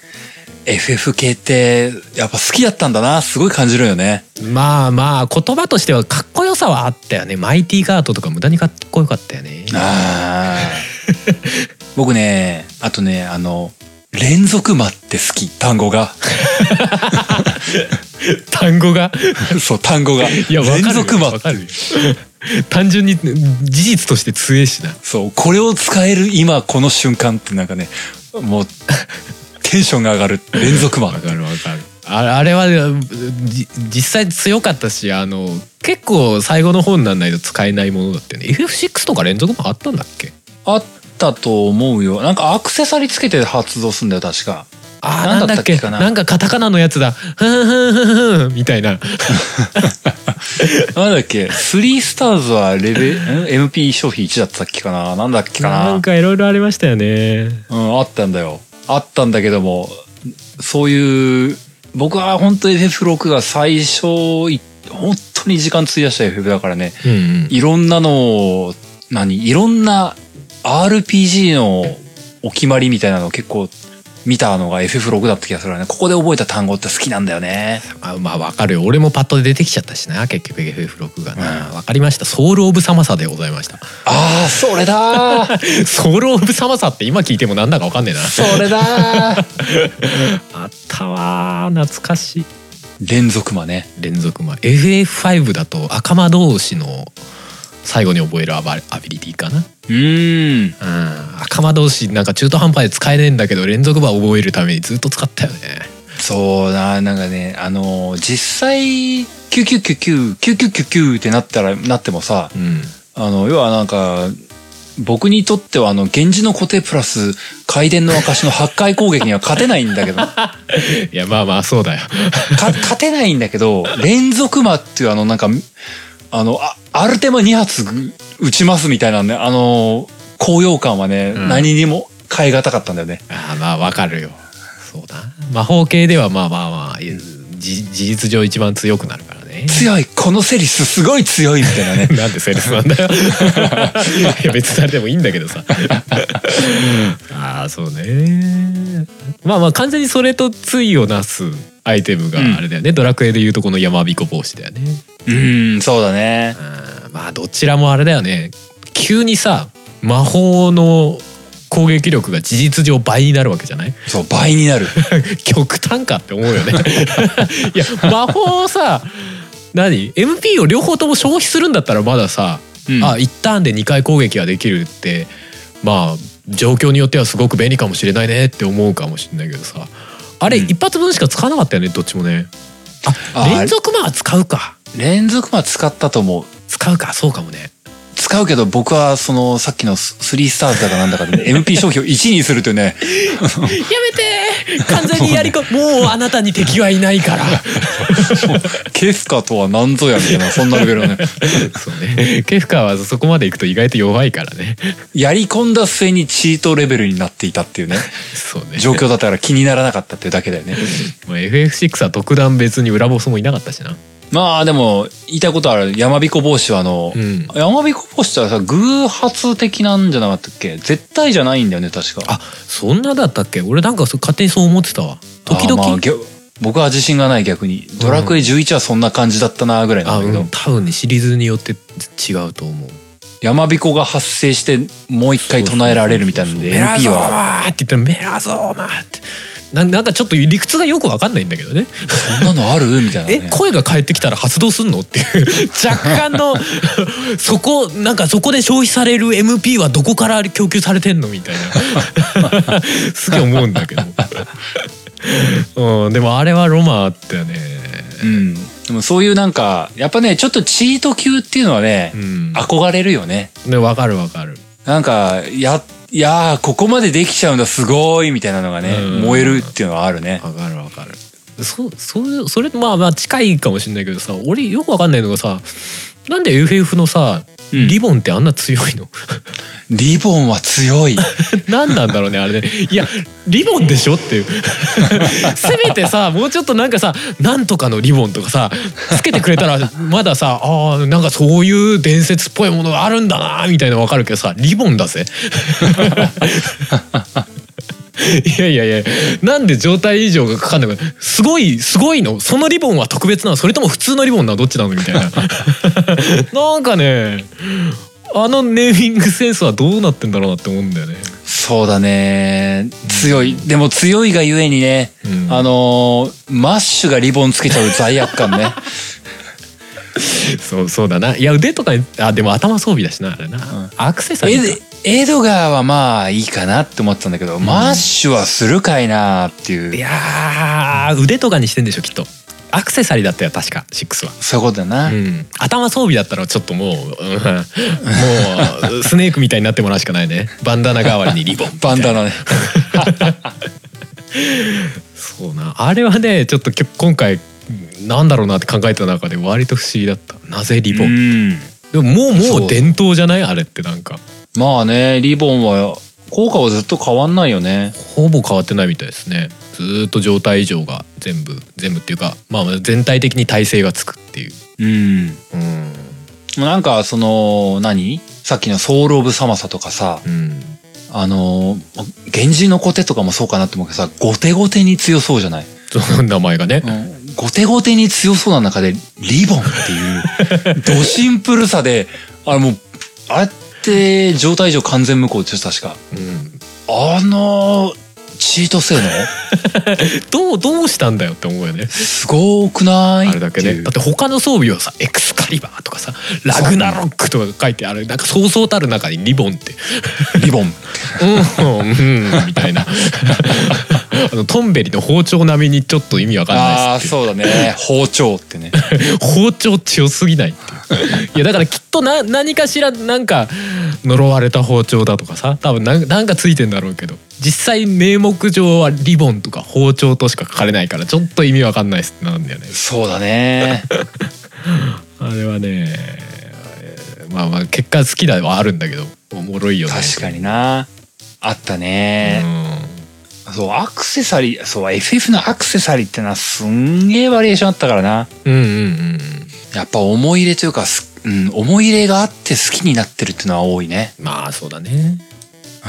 S1: FF 系って、やっぱ好きだったんだな、すごい感じるよね。
S2: まあまあ言葉としてはかっこよさはあったよねマイティガードとか無駄にかっこよかったよね
S1: ああ。 [LAUGHS] 僕ね、あとね、あの、連続魔って好き、単語が。
S2: 単語 [LAUGHS] が
S1: そう、単語が。
S2: いやわかる
S1: 連
S2: よ
S1: 続魔
S2: わ。かるよ [LAUGHS] 単純に事実として強えしな
S1: そう、これを使える今、この瞬間ってなんかね、もう、テンションが上がる。連続魔。
S2: わかるわかるああれはじ実際強かったしあの結構最後の方にならないと使えないものだってね FF6 とか連続もあったんだっけ
S1: あったと思うよ。なんかアクセサリーつけて発動すんだよ、確か。
S2: あー
S1: なんだったっけかな
S2: なんかカタカナのやつだふんふんふんふんみたいな
S1: なんだっけ、スリースターズはレベ、ん MP 消費1だったっけかななんだっけかな
S2: なんかいろいろありましたよね
S1: うん、あったんだよ。あったんだけども、そういう、僕は本当 FF6 が最初い、本当当に時間費やした FF だからね
S2: うんうん
S1: いろんなのを何いろんな RPG のお決まりみたいなのを結構見たのが FF6 だった気がするわねここで覚えた単語って好きなんだよね
S2: あまあわかるよ俺もパッと出てきちゃったしな結局 FF6 がな、
S1: う
S2: わかりましたソウル・オブ・サマサでございました [LAUGHS]
S1: ああそれだ [LAUGHS] ー
S2: ソウル・オブ・サマサって今聞いてもなんだかわかんねえな
S1: それだー
S2: あったわー懐かしい
S1: 連続魔ね
S2: 連続ま FF5 だと赤間同士の最後に覚えるアバアビリティかな
S1: うーん
S2: うん赤間同士なんか中途半端で使えねえんだけど連続バー覚えるためにずっと使ったよね
S1: そうだなんかねあのー実際99999999ってなったらなってもさ
S2: うん
S1: あの要はなんか僕にとってはあの源氏の固定プラス回電の証の8回攻撃には勝てないんだけど
S2: いやまあまあそうだよ
S1: か [LAUGHS] 勝てないんだけど連続魔っていうあのなんかあのあアルテマ2発撃ちますみたいなねあの高揚感はね、
S2: うん
S1: 何にも変えがたかったんだよね
S2: あーまあわかるよそうだ魔法系ではまあまあまあじ事実上一番強くなるからね
S1: 強いこのセリスすごい強いみたいな
S2: [LAUGHS]
S1: ね
S2: なんでセールスなんだ
S1: [LAUGHS]
S2: よいや別に誰でもいいんだけどさああそうねまあまあ完全にそれと対をなすアイテムがあれだよね、ドラクエでいうとこの山彦帽子だよね
S1: うんそうだね
S2: うんまあどちらもあれだよね急にさ魔法の攻撃力が事実上倍になるわけじゃない
S1: そう倍になる
S2: 極端かって思うよね [LAUGHS] いや魔法をさ何 MP を両方とも消費するんだったらまださ、
S1: うん
S2: あ1ターンで2回攻撃ができるってまあ状況によってはすごく便利かもしれないねって思うかもしれないけどさあれ
S1: うん
S2: 一発分しか使わなかったよねどっちもね
S1: あ
S2: 連続魔は使うか
S1: 連続魔使ったと思う
S2: 使うかそうかもね
S1: 使うけど僕はそのさっきのスリースターズだかなんだかで、ね、MP 消費を1にするというね
S2: やめて完全にやりこ
S1: [LAUGHS]
S2: もうあなたに敵はいないから
S1: ケスカとは何ぞやみたいなそんなレベルのね
S2: そうねケフカーはそこまで行くと意外と弱いからね
S1: やり込んだ末にチートレベルになっていたって
S2: [LAUGHS]
S1: いうね
S2: そうね
S1: 状況だったから気にならなかったっていうだけだよね
S2: もう FF6 は特段別に裏ボスもいなかったしな
S1: まあでも言いたいことある山彦帽子はあの、
S2: うん
S1: 山彦帽子はさ偶発的なんじゃなかったっけ絶対じゃないんだよね確か
S2: あそんなだったっけ俺なんかそう勝手にそう思ってたわ時々
S1: あまあぎょ僕は自信がない逆にドラクエ11はそんな感じだったなぐらいな
S2: あ、
S1: んだけど、
S2: うん、多分ねシリーズによって違うと思う
S1: 山彦が発生してもう一回唱えられるみたいなので
S2: メラ
S1: MP
S2: ゾー
S1: は
S2: マーって言ったらメラゾーマーってななんかちょっと理屈がよくわかんないんだけどね
S1: そんなのあるみたいな、
S2: え
S1: ね、
S2: 声が返ってきたら発動すんのっていう [LAUGHS] 若干の [LAUGHS] そこなんかそこで消費される MP はどこから供給されてんのみたいな [LAUGHS] すげえ思うんだけど、うん、でもあれはロマンあったよね、
S1: うんでもそういうなんかやっぱねちょっとチート級っていうのはね、
S2: うん、
S1: 憧れるよね
S2: でわかるわかる
S1: なんか、や、いやー、ここまでできちゃうんだ、すごいみたいなのがね、
S2: うん
S1: 燃えるっていうのはあるね。
S2: わかるわかるそそうそれまあまあ近いかもしれないけどさ俺よくわかんないのがさなんで FF のさ
S1: うん
S2: リボンってあんな強いの、
S1: リボンは強
S2: [LAUGHS]
S1: い。
S2: 何なんだろうねあれねいやリボンでしょっていう [LAUGHS] せめてさもうちょっとなんかさなんとかのリボンとかさつけてくれたらまださあーなんかそういう伝説っぽいものがあるんだなみたいなの分かるけどさリボンだぜ [LAUGHS] いやいやいやなんで状態異常がかかんなくなるすごいすごいのそのリボンは特別なのそれとも普通のリボンなのどっちなのみたいな [LAUGHS] なんかねあのネーミングセンスはどうなってんだろうなって思うんだよね。
S1: そうだね。強い。でも強いがゆえにね、
S2: うん
S1: あのーマッシュがリボンつけちゃう罪悪
S2: [LAUGHS]
S1: 感ね。
S2: そうそうだないや腕とかにあでも頭装備だしなあれな、アクセサリ
S1: エ
S2: ー
S1: ドエドガーはまあいいかなって思ってたんだけど、マッシュはするかいなって
S2: かい
S1: いう、
S2: やー腕とかにしてんでしょきっとアクセサリーだったよ確か6は、
S1: そういうことだな。
S2: うん、頭装備だったらちょっともう、う
S1: [LAUGHS]
S2: ん、もうスネークみたいになってもらうしかないねバンダナ代わりにリボン
S1: バンダナね。
S2: そうなあれはねちょっときょ今回なんだろうなって考えた中で割と不思議だったなぜリボ
S1: う
S2: ン、
S1: ん。
S2: でももう
S1: そ
S2: も
S1: う
S2: う伝統じゃないあれってなんか
S1: まあね、リボンは、効果はずっと変わんないよね。
S2: ほぼ変わってないみたいですねずーっと状態異常が全部全部っていうか、まあ、全体的に耐性がつくっていう。
S1: うん。も
S2: うん。
S1: うなんか、その、何さっきのソウル・オブ・サマサとかさ、
S2: うん。
S1: あのー、源氏の小手とかもそうかなって思うけどさ、後手後手に強そうじゃない
S2: その名前がね。
S1: 後手後手に強そうな中でリボンって
S2: [LAUGHS]
S1: いうドシンプルさであれもうあれって状態上完全無効でしょ確か
S2: うん。
S1: あのチート性能
S2: どう、どうしたんだよって思うよね。
S1: すごくない
S2: あれだけ
S1: ってい
S2: ね。
S1: う
S2: だって他の装備はさ、エクスカリバーとかさ、ラグナロックとか書いてある。なんかそうそうたる中にリボンって。
S1: リボン
S2: うん、うん、み
S1: [LAUGHS]
S2: たいな。あの、トンベリの包丁並みにちょっと意味わかんないです
S1: ああーそうだね包丁ってね
S2: [LAUGHS] 包丁強すぎないっていういやだからきっとな何かしらなんか呪われた包丁だとかさ多分なんなんかついてんだろうけど実際名目上はリボンとか包丁としか書かれないからちょっと意味わかんないっすってなんだよね
S1: そうだね
S2: あれはねえーまあまあ結果好きだはあるんだけどおもろいよね
S1: 確かになあったね、
S2: う
S1: そうアクセサリーそう FF のアクセサリーってのはすんげえバリエーションあったからなん
S2: うんうんうん
S1: やっぱ思い入れというかす、うん、思い入れがあって好きになってるっていうのは多いね、
S2: まあそうだね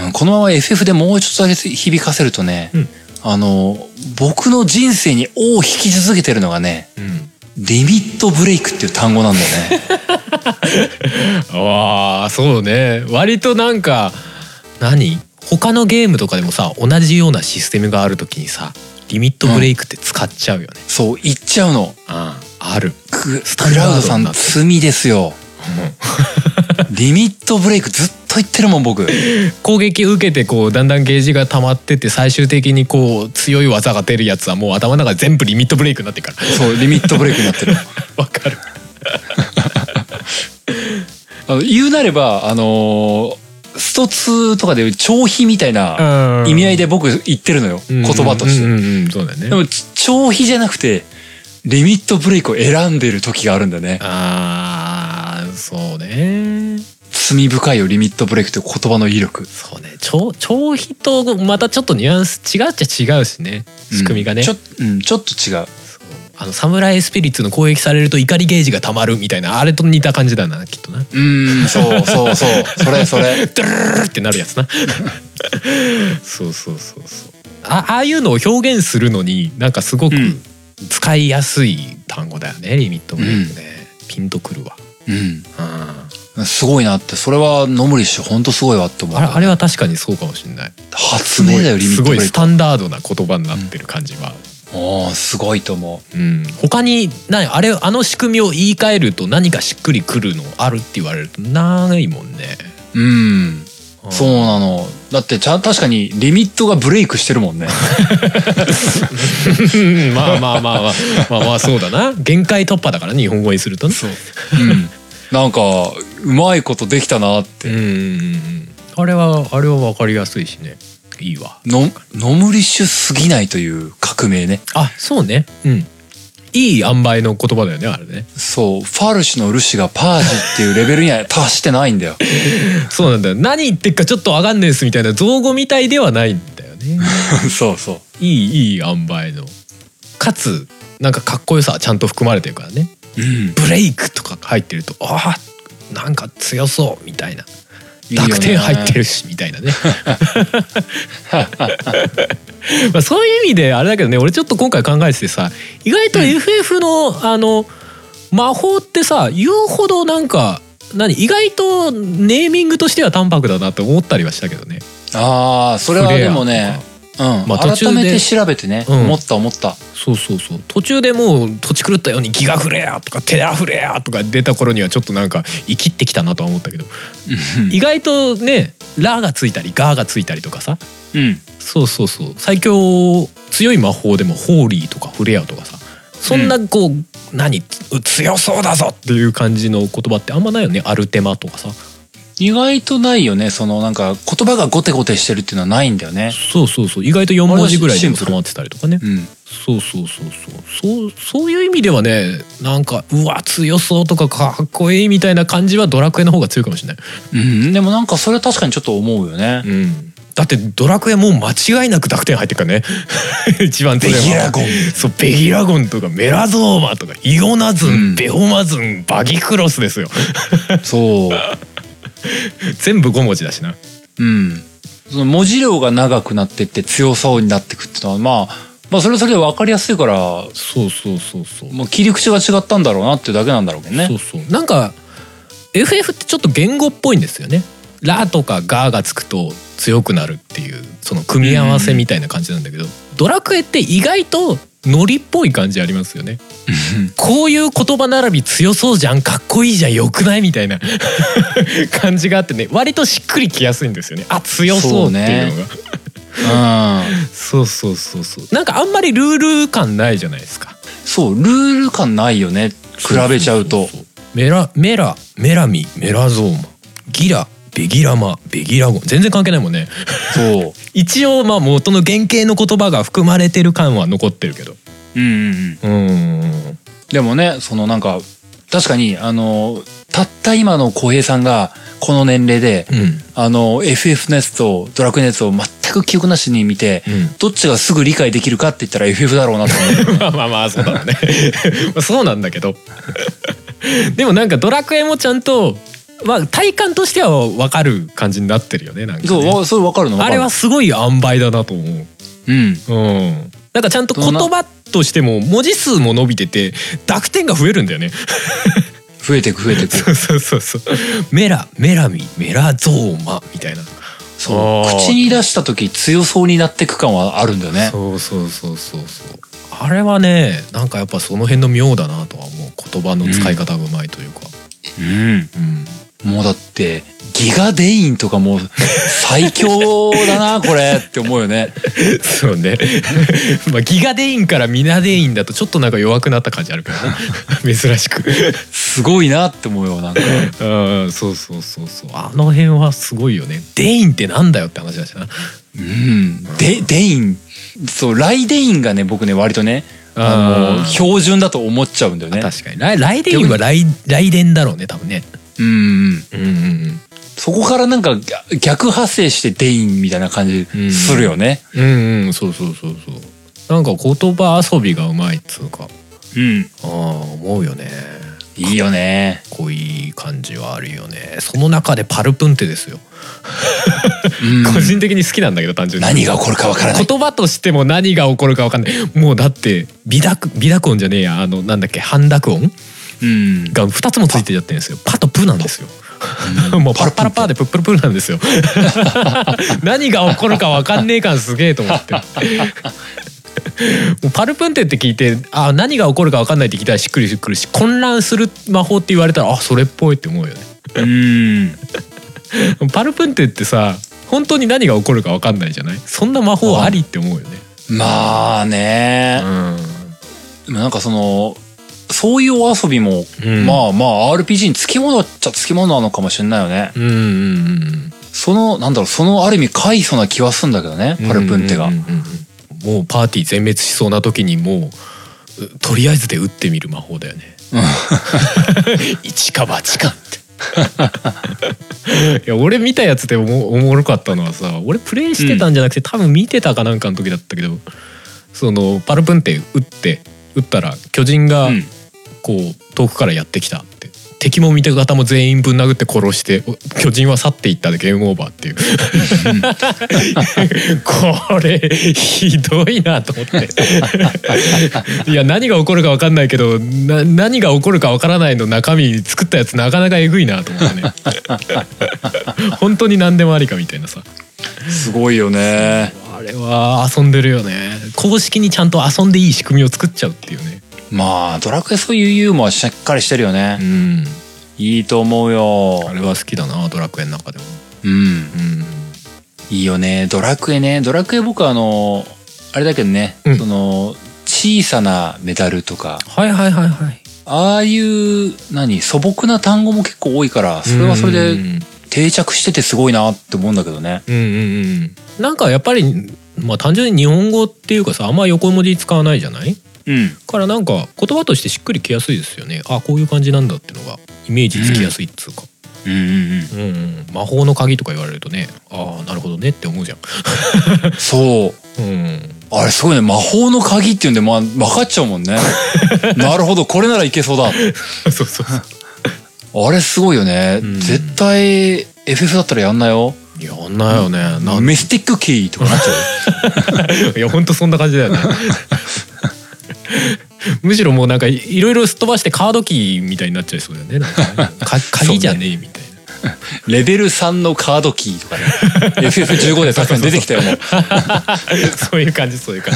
S1: うん、このまま FF でもうちょっとだけ響かせるとね、
S2: うん
S1: あの僕の人生に尾を引き続けてるのがね
S2: うん
S1: リミットブレイクっていう単語なんだよ
S2: [LAUGHS]
S1: ね
S2: ああそうね割となんか何他のゲームとかでもさ同じようなシステムがある時にさリミットブレイクって使っちゃうよね、
S1: そう言っちゃうの
S2: あある
S1: ク
S2: スタン
S1: ク
S2: ダ
S1: ラウ
S2: ー
S1: ド
S2: ド
S1: さ
S2: に
S1: ん
S2: なってる
S1: 罪ですよ [LAUGHS] リミットブレイクずっと言ってるもん僕
S2: 攻撃受けてこうだんだんゲージが溜まってって最終的にこう強い技が出るやつはもう頭の中全部リミットブレイクになってるから
S1: そうリミットブレイクになってる
S2: [LAUGHS] わかる
S1: あの言うなればあのースト2とかでいう長飛みたいな、意味合い
S2: で
S1: で僕言ってるのよ、言葉として、
S2: うんうんうんそうだよね
S1: でもち消費じゃなくてリミットブレイクを選んでる時があるんだね
S2: ああそうね
S1: 罪深いよリミットブレイクという言葉の威力
S2: そうね超超費とまたちょっとニュアンス違うっちゃ違うしね仕組みが
S1: う
S2: ね、
S1: んちょ,、うん、ちょっと違う
S2: あのサムライスピリッツの攻撃されると怒りゲージがたまるみたいなあれと似た感じだなきっとな
S1: うんそうそうそう [LAUGHS] それそれ
S2: ドゥルルルルってなる
S1: [LAUGHS]
S2: やつなそうそうそうそうあああいうのを表現するのになんかすごく
S1: うん
S2: 使いやすい単語だよね、リミットブレイクね、ピンとくるわ
S1: う
S2: あ
S1: んすごいなってそれはノムリッシュほんとすごいわって思う
S2: あれあれは確かにそうかもしれない
S1: 発明だよリミッ
S2: す
S1: ト
S2: ご
S1: ブ
S2: い
S1: レイ
S2: ス
S1: ク
S2: タンダードな言葉になってる感じは
S1: おーすごいと思う
S2: うん、他にないあれあの仕組みを言い換えると何かしっくりくるのあるって言われるとないもんね。
S1: うんそうなのだってちゃん確かにリミットがブレイクしてるもん
S2: [LAUGHS]
S1: ね
S2: うん [LAUGHS] まあまあまあまあまあまあそうだな限界突破だからね日本語にするとね。
S1: う、うん、なんかうまいことできたなって
S2: うんうんうんあれはあれは分かりやすいしねいいわ。
S1: ノノムリッシュすぎないという革命ね
S2: あそうねうんいい塩梅の言葉だよねあれね。
S1: そうファルシュのルシがパージっていうレベルに
S2: [LAUGHS]
S1: は達してないんだよ
S2: そうなんだよ何言ってっかちょっと分かんねえですみたいな造語みたいではないんだよ [LAUGHS] ね。
S1: そうそう
S2: いいいい塩梅のかつなんかかっこよさはちゃんと含まれてるからね。
S1: うん
S2: ブレイクとか入ってるとああなんか強そうみたいない
S1: いよね
S2: 濁点入ってるしみたいなね [LAUGHS] まあそういう意味であれだけどね俺ちょっと今回考えててさ意外と FF の、あの魔法ってさ言うほどなんか何意外とネーミングとしては淡白だなと思ったりはしたけどね。
S1: ああそれはでもねうん、
S2: まあ途中
S1: 改
S2: で
S1: めて調べてね、
S2: うん
S1: 思った思
S2: [LAUGHS]
S1: った
S2: そうそうそう途中でもう土地狂ったようにギガフレアとかテラフレアとか出た頃にはちょっとなんか生きってきたなとは思ったけど意外とね「ラ」がついたり「ガ」がついたりとかさ
S1: うん
S2: そうそうそう最強強い魔法でも「ホーリー」とか「フレア」とかさそんなこう、何強そうだぞっていう感じの言葉ってあんまないよね「アルテマ」とかさ
S1: 意外とないよねそのなんか言葉がゴテゴテしてるっていうのはないんだよね
S2: そうそうそう意外と4文字ぐらいでも止まってたりとかね
S1: うん
S2: そうそうそうそうそうそういう意味ではねなんかうわ強そうとかかっこいいみたいな感じはドラクエの方が強いかもしれない。
S1: うん、でもなんかそれは確かにちょっと思うよね
S2: う、んだってドラクエもう間違いなく濁点入ってるからね [LAUGHS] 一番強いのは
S1: ベギラゴン
S2: そうベギラゴンとかメラゾーマとかイオナズン、
S1: うん
S2: ベオマズンバギクロスですよ [LAUGHS]
S1: そう
S2: 全部5文字だしな
S1: うんその文字量が長くなってって強そうになってくってのはまあまあそれはそれで分かりやすいから
S2: そうそうそうそう
S1: もう切り口が違ったんだろうなっていうだけなんだろうけどね
S2: そうそうなんか FF ってちょっと言語っぽいんですよね「ラ」とか「ガ」がつくと強くなるっていうその組み合わせみたいな感じなんだけど、ドラクエって意外とノリっぽい感じありますよねこういう言葉並び強そうじゃんかっこいいじゃんよくないみたいな [LAUGHS] 感じがあってね割としっくりきやすいんですよねあ強そうっていうのが
S1: うん
S2: そうそうそうそうなんかあんまりルール感ないじゃないですか
S1: そうルール感ないよね比べちゃうと
S2: そそそメラメラメラミメラゾーマギラベギラマベギラゴン全然関係ないもんね
S1: そう
S2: 一応まあ元の原型の言葉が含まれてる感は残ってるけど
S1: うんうんうん
S2: うーん
S1: でもねそのなんか確かにあのたった今の浩平さんがこの年齢で、
S2: うん
S1: あの FF のやつとドラクエのやつを全く記憶なしに見て、
S2: うん
S1: どっちがすぐ理解できるかって言ったら FF だろうなと思う
S2: [LAUGHS] まあまあまあそうだろうねまあ [LAUGHS] そうなんだけど [LAUGHS] でもなんかドラクエもちゃんとまあ体感としては分かる感じになってるよね [LAUGHS] なんかね
S1: そうわそれ分かるの分か
S2: あ
S1: る
S2: れはすごい塩梅だなと思う
S1: うん
S2: うん、なんかちゃんと言葉としても文字数も伸びてて濁点が増えるんだよね
S1: 増えてく増えてく
S2: [LAUGHS] そうそうそうそうメラメラミメラゾーマみたいな
S1: そう
S2: あー
S1: 口に出した時強そうになってく感はあるんだよね
S2: そうそうそうそうそうあれはねなんかやっぱその辺の妙だなとは思う言葉の使い方がうまいというか、
S1: うん
S2: うん
S1: もうだってギガデインとかもう最強だな [LAUGHS] これって思うよね
S2: [LAUGHS] そうねまあギガデインからミナデインだとちょっとなんか弱くなった感じあるからね [LAUGHS] 珍しく
S1: すごいなって思うよなんか
S2: うんそうそうそうそうあの辺はすごいよねデインってなんだよって話だしな
S1: うん、でデインそうライデインがね僕ね割とねあ
S2: あ
S1: の
S2: ー
S1: 標準だと思っちゃうんだよね。
S2: 確かに来来電は来来電だろうね多分ね
S1: うんうん、
S2: うんうん
S1: そこからなんか逆逆発生してデインみたいな感じ
S2: うん
S1: するよね。
S2: うんうんそうそうそうそうなんか言葉遊びがうまいっつうか
S1: うん、
S2: ああ思うよね
S1: いいよね。
S2: こいい感じはあるよねその中でパルプンテです
S1: う
S2: よ、
S1: ん
S2: 個人的に好きなんだけど単純に
S1: 何が起こるかわからない。
S2: 言葉としても何が起こるか分かんないもうだって微濁微濁音じゃねえやあのなんだっけ半濁音
S1: うん、
S2: が2つもついてちゃってるんですよパとプなんですよ [LAUGHS] もうパラパラパーでプップルプルなんです [LAUGHS] よ何が起こるか分かんねえ感すげえと思っても [LAUGHS] うパルプンテって聞いてあ何が起こるか分かんないって聞いたらしっくりしっくるし混乱する魔法って言われたらあそれっぽいって思うよね
S1: うん、
S2: パルプンテってさ本当に何が起こるか分かんないじゃないそんな魔法ありって思うよね
S1: まあ
S2: う
S1: ね、
S2: ん
S1: でもなんかそのそういうお遊びも、
S2: うん
S1: まあまあ RPG につきものっちゃつきものなのかもしれないよね。
S2: うんうんうん
S1: そのなんだろうそのある意味快祖な気はするんだけどね
S2: うん
S1: パルプンテが。
S2: うんうんうんもうパーティー全滅しそうな時にもううとりあえずで打ってみる魔法だよ
S1: [LAUGHS]
S2: ね
S1: うん
S2: 一か八かって [LAUGHS] いや俺見たやつでおもおもろかったのはさ俺プレイしてたんじゃなくて、多分見てたかなんかの時だったけどそのパルプンテ打って打ったら巨人が
S1: うん
S2: こう遠くからやってきたって、敵も味方も全員ぶん殴って殺してお巨人は去っていったでゲームオーバーっていう [LAUGHS] これひどいなと思っていや何が起こるか分かんないけどな何が起こるか分からないの中身作ったやつなかなかえぐいなと思ってね本当に何でもありかみたいなさ
S1: すごいよね。
S2: あれは遊んでるよね公式にちゃんと遊んでいい仕組みを作っちゃうっていうね
S1: まあ、ドラクエそういうユーモアしっかりしてるよね
S2: う。ん
S1: いいと思う
S2: あ
S1: よ。
S2: れは好きだなドラクエの中でも
S1: うん。
S2: う
S1: いいよね。ドラクエね。ドラクエ僕はあの、あれだけどね、
S2: うん
S1: その、小さなメダルとか、
S2: はいはいはいはい
S1: ああいう、何、素朴な単語も結構多いから、それはそれ
S2: うん
S1: で定着しててすごいなって思うんだけどね。
S2: うんうんうんなんかやっぱりまあ単純に日本語っていうかさあんま横文字使わないじゃない
S1: うん。
S2: からなんか言葉としてしっくりきやすいですよねあこういう感じなんだってのがイメージつきやすいっつうか
S1: うんうんうん
S2: うんうん、魔法の鍵とか言われるとねああなるほどねって思うじゃん、
S1: そう
S2: うん、
S1: あれすごいね魔法の鍵っていうんで、まあ、分かっちゃうもん
S2: [LAUGHS]
S1: ねなるほどこれならいけそうだ
S2: [LAUGHS] そう [LAUGHS] そうそう
S1: あれすごいよね、
S2: うん
S1: 絶対 FF だったらやんなよ
S2: やんなよねなん
S1: ミスティックキーとかなっちゃ
S2: いやほんとそんな感じだよね [LAUGHS] むしろもうなんかいいろいろすっ飛ばしてカードキーみたいになっちゃいそうだよねなんかね
S1: [LAUGHS]
S2: か鍵じゃねえみたいな。
S1: うレベル3のカードキーとか
S2: [LAUGHS]
S1: ね FF15 で確かに出てきたよもう
S2: [LAUGHS] そういう感じそういう感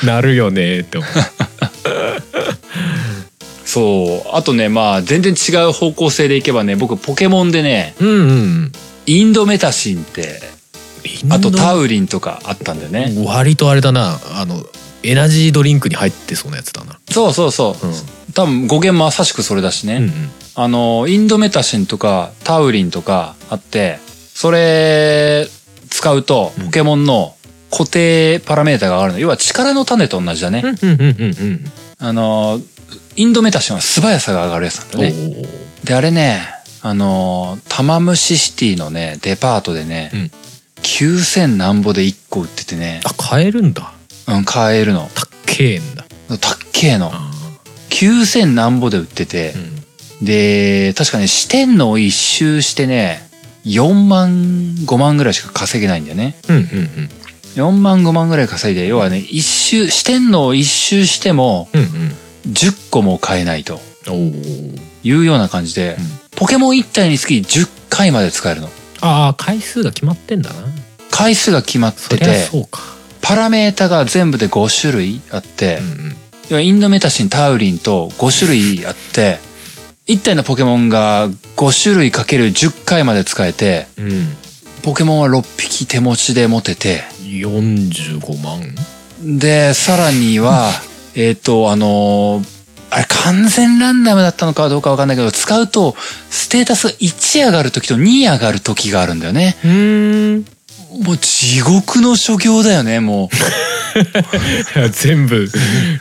S2: じ [LAUGHS] なるよねって思う
S1: そうあとねまあ全然違う方向性でいけばね僕ポケモンでね
S2: うんうん
S1: インドメタシンってあとタウリンとかあったんだよね
S2: 割とあれだなあのエナジードリンクに入ってそうなやつだな
S1: そうそうそう、
S2: う
S1: 多分語源まさしくそれだしね、
S2: うんうん
S1: あのインドメタシンとかタウリンとかあってそれ使うと
S2: うん
S1: ポケモンの固定パラメータが上がるの要は力の種と同じだね、
S2: うんうんうんうん
S1: あのインドメタシンは素早さが上がるやつなんだね
S2: おー
S1: であれねあの玉虫シティのねデパートでね、
S2: うん
S1: 9,000なんぼで1個売っててね、
S2: あ買えるんだ
S1: うん、買えるの
S2: たっけえんだ
S1: たっけえの
S2: あ
S1: 9,000なんぼで売ってて
S2: ー、うん
S1: で、確かね、四天王一周してね、4万、5万ぐらいしか稼げないんだよね。
S2: うんうん
S1: 4万、5万ぐらい稼いで、要はね、一周、四天王一周しても、
S2: うんうん
S1: 10個も買えないと
S2: うんおお
S1: いうような感じで、
S2: うん
S1: ポケモン1体につき10回まで使えるの。
S2: ああ回数が決まってんだな
S1: 回数が決まっ
S2: そ
S1: て
S2: りゃ
S1: て、
S2: そうか
S1: パラメータが全部で5種類あって、
S2: うんうん
S1: 要はインドメタシン、タウリンと5種類あって、1体のポケモンが5種類かける10回まで使えて、
S2: うん
S1: ポケモンは6匹手持ちで持てて、
S2: 45万
S1: で、さらには、えっと、あのーあれ完全ランダムだったのかどうかわかんないけど、使うと、ステータスが1上がるときと2上がるときがあるんだよね。
S2: うん
S1: もう地獄の所業だよね、も
S2: [LAUGHS] 全部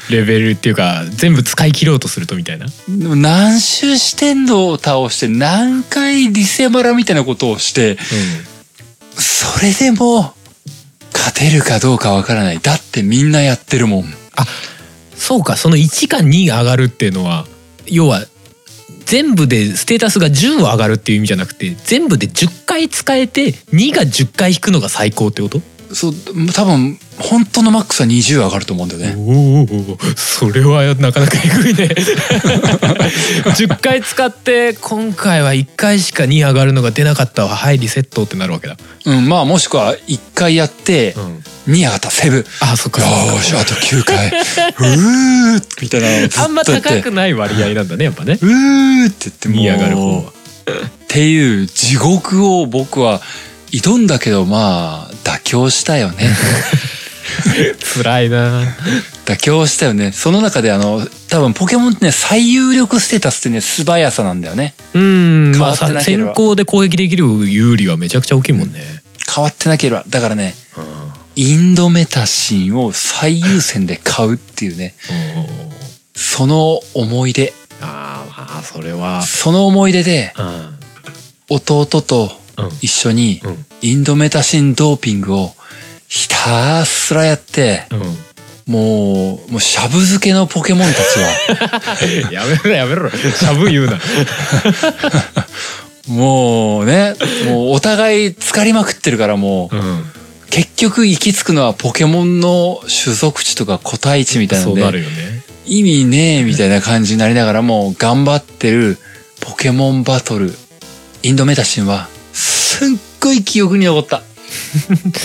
S2: レベルっていうか全部使い切ろうとするとみたいな
S1: う。何周四天王を倒して、何回リセマラみたいなことをして、それでも、勝てるかどうかわからない。だってみんなやってるもん。
S2: そうかその1か2上がるっていうのは要は全部でステータスが10上がるっていう意味じゃなくて全部で10回使えて2が10回引くのが最高ってこと
S1: そう、多分、本当のマックスは20上がると思うんだよね。
S2: おおそれはなかなかえぐい [LAUGHS] ね10回使って今回は1回しか2上がるのが出なかったわはいリセットってなるわけだ、
S1: うん、まあもしくは1回やって、2上がった、セブ。よ
S2: あそっか
S1: ーし、あと9回。
S2: [LAUGHS]
S1: うーみたいなのをずっとやって。
S2: あんま高くない割合なんだねやっぱね
S1: うーって言ってもう
S2: 2上がる方は
S1: っていう地獄を僕は挑んだけど、まあ、妥協したよね。
S2: 辛いな
S1: 妥協したよね。その中であの、多分ポケモンってね、最有力ステータスってね、素早さなんだよね。
S2: [LAUGHS] うん
S1: 変
S2: ま
S1: わ
S2: あ
S1: ってなければ
S2: 先行で攻撃できる有利はめちゃくちゃ大きいもんね、
S1: 変わってなければ。だからね、インドメタシンを最優先で買うっていうね、
S2: うん
S1: その思い出。
S2: あーまあそれは
S1: その思い出で、
S2: う
S1: 弟と
S2: んうん
S1: 一緒に
S2: うん
S1: インドメタシンドーピングをひたすらやって、もう、もうシャブ漬けのポケモンたちは、
S2: [LAUGHS] やめろやめろしゃぶ言うな
S1: もうね、もうお互い浸かりまくってるからもう、
S2: う
S1: 結局行き着くのはポケモンの種族値とか個体値みたいな
S2: そ
S1: の
S2: うな
S1: で、
S2: るよね
S1: 意味ねえみたいな感じになりながらもう頑張ってるポケモンバトル、インドメタシンは、すっごい記憶に残った。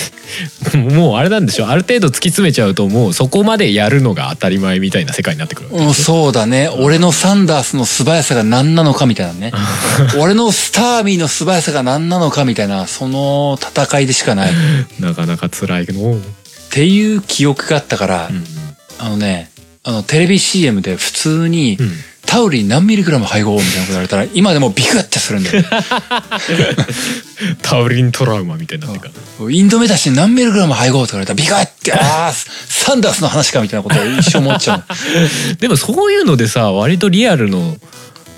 S2: [LAUGHS] もうあれなんでしょある程度突き詰めちゃうともうそこまでやるのが当たり前みたいな世界になってくるわけ
S1: うん、そうだね。俺のサンダースの素早さが何なのかみたいな
S2: [LAUGHS]
S1: ね。俺のスターミーの素早さが何なのかみたいな、その戦いでしかない。っ
S2: なかなか辛いの
S1: ていう記憶があったから、
S2: うん
S1: あのね、あの、テレビ CM で普通に、
S2: うん
S1: タウリン何ミリグラム配合みたいなこと言われたら、今でもビクッてするんだよ。 [LAUGHS]
S2: タウリントラウマみたいになってくる
S1: インドメタシン何ミリグラム配合って言われたら、ビクッ [LAUGHS] て、ああ、サンダースの話かみたいなことを一生思っちゃう。
S2: でもそういうのでさ割とリアルの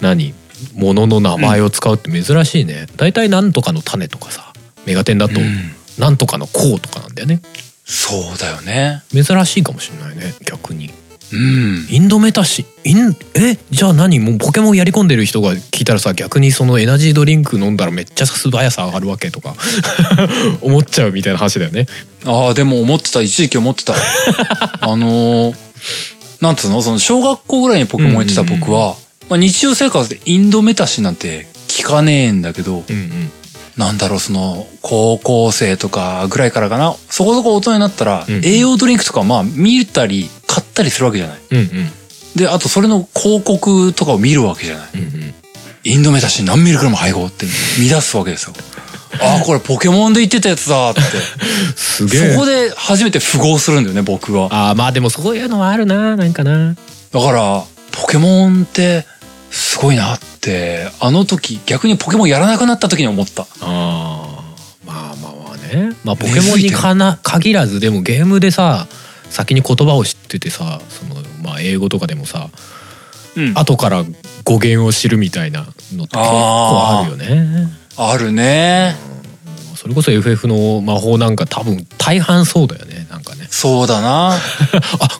S2: 何ものの名前を使うって珍しいね大体、なんとかの種とかさメガテンだと、
S1: うん
S2: なんとかのこうとかなんだよね
S1: [LAUGHS] そうだよね。
S2: 珍しいかもしれないね逆に
S1: うん。
S2: インドメタシインえじゃあ何もうポケモンやり込んでる人が聞いたらさ逆にそのエナジードリンク飲んだらめっちゃ素早さ上がるわけとか [LAUGHS] 思っちゃうみたいな話だよね
S1: ああ、でも思ってた。一時期思 [LAUGHS] ってた。あのーなんつうのその、小学校ぐらいにポケモンやってた僕は、まあ、日常生活でインドメタシなんて聞かねえんだけど、
S2: うんうん
S1: なんだろう、その、高校生とかぐらいからかな。そこそこ大人になったら、
S2: うん
S1: 栄養ドリンクとかまあ見たり、買ったりするわけじゃない。
S2: うんうん
S1: で、あとそれの広告とかを見るわけじゃない。
S2: うんうん
S1: インドメタシン何ミリグラム配合って見出すわけですよ。ああ、これポケモンで言ってたやつだって。
S2: [LAUGHS] すげえ
S1: そこで初めて符合するんだよね、僕は。
S2: あーまあでもそういうのはあるななんかな
S1: だから、ポケモンってすごいなって、あの時、逆にポケモンやらなくなった時に思った。
S2: あーまあまあまあねまあポケモンにかな限らずでもゲームでさ先に言葉を知っててさその、まあ、英語とかでもさ
S1: うんあ
S2: 後から語源を知るみたいなのって結構あるよね。
S1: あるね。
S2: それこそ FF の魔法なんか多分大半そうだよねなんかね [LAUGHS]
S1: そうだな。
S2: あ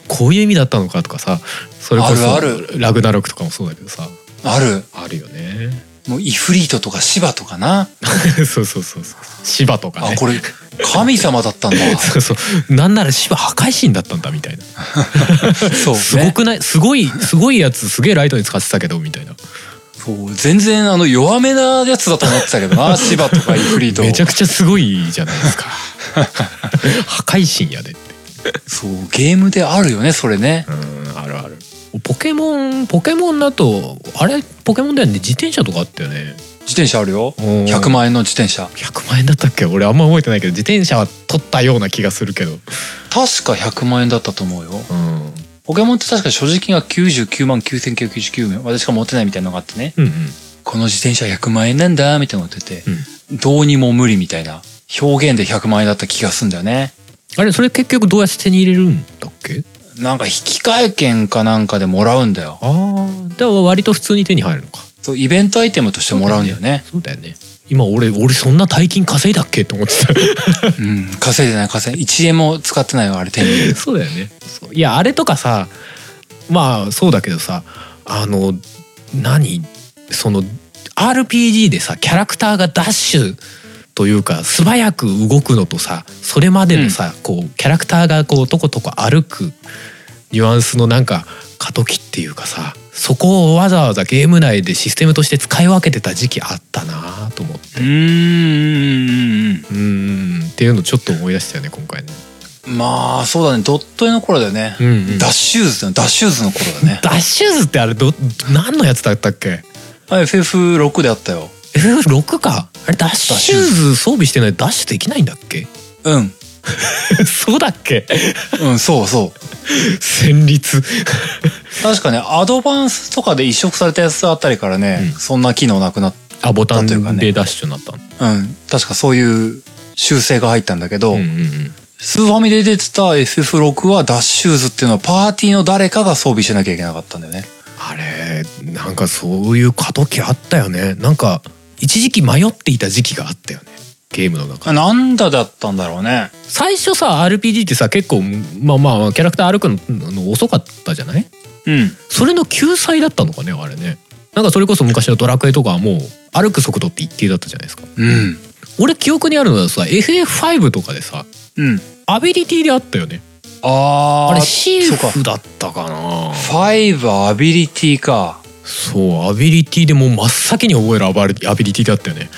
S2: こういう意味だったのかとかさそれこそ
S1: ある
S2: ラグナロクとかもそうだけどさ
S1: ある。
S2: あるよね [LAUGHS]
S1: もうイフリートとかシバとかな。
S2: そうそうそうそう芝とかね
S1: あ、これ、神様だったんだ。
S2: [LAUGHS] そうそうなんなら芝破壊神だったんだみたいな
S1: そう、ね。
S2: すごくないすごいすごいやつすげえライトに使ってたけどみたいな
S1: そう全然あの弱めなやつだと思ってたけど
S2: [LAUGHS]
S1: な芝とかイフリート
S2: めちゃくちゃすごいじゃないですか破壊神やでって
S1: そうゲームであるよねそれね
S2: うんあるあるポケモンポケモンだとあれポケモンだよね自転車とかあったよね
S1: 自転車あるよ
S2: うん
S1: 100万円の自転車
S2: 100万円だったっけ俺あんま覚えてないけど自転車は取ったような気がするけど
S1: 確か100万円だったと思うよ
S2: うんうん
S1: ポケモンって確か所持金が99万9999円私が持ってないみたいなのがあってね
S2: うん
S1: この自転車100万円なんだみたいなのが言ってて、
S2: うん
S1: どうにも無理みたいな表現で100万円だった気がすんだよね
S2: あれそれ結局どうやって手に入れるんだっけ
S1: なんか引換券かなんかでもらうんだよ
S2: ああでも割と普通に手に入るのか
S1: そうイベントアイテムとしてもらうんだよね
S2: そうだよね今俺俺そんな大金稼いだっけと思ってた
S1: うん稼いでない稼いで1円も使ってないよあれ手に入れる
S2: [LAUGHS] そうだよねそういやあれとかさまあそうだけどさあの何その RPG でさキャラクターがダッシュというか素早く動くのとさそれまでのさ、こうキャラクターがこうとことこ歩くニュアンスのなんか過渡期っていうかさそこをわざわざゲーム内でシステムとして使い分けてた時期あったなと思って
S1: うーん
S2: うーんっていうのちょっと思い出したよね今回ね。
S1: まあそうだねドット絵の頃だよね、
S2: うんうん
S1: ダッシューズだダッシューズの頃だね
S2: ダッシューズってあれど何のやつだったっけ
S1: あ FF6 であったよ
S2: FF6 かあれダッシューズ装備してないとダッシュできないんだっけ [LAUGHS]
S1: うん
S2: そうだっけ
S1: うんそうそう
S2: 戦慄 [LAUGHS]
S1: 確かねアドバンスとかで移植されたやつあたりからね、
S2: うん
S1: そんな機能なくなっ
S2: あボタン
S1: だというか
S2: で
S1: ね
S2: ダッシュになったの
S1: うん確かそういう修正が入ったんだけど、
S2: うんうんうん
S1: スーファミで出てた FF6 はダッシューズっていうのはパーティーの誰かが装備しなきゃいけなかったんだよね
S2: あれなんかそういう過渡期あったよねなんか一時期迷っていた時期があったよねゲームの中で
S1: なんだだったんだろうね
S2: 最初さ RPG ってさ結構まあまあキャラクター歩くのの遅かったじゃない
S1: うん
S2: それの救済だったのかねあれねなんかそれこそ昔のドラクエとかはもう歩く速度って一定だったじゃないですか
S1: うん
S2: 俺記憶にあるのはさ FF5 とかでさ
S1: うん
S2: アビリティであったよね
S1: あ
S2: あ
S1: ー
S2: れシー
S1: そうか
S2: フだったかな
S1: 5はアビリティか
S2: そうアビリティでもう真っ先に覚えるアバリアビリティだったよね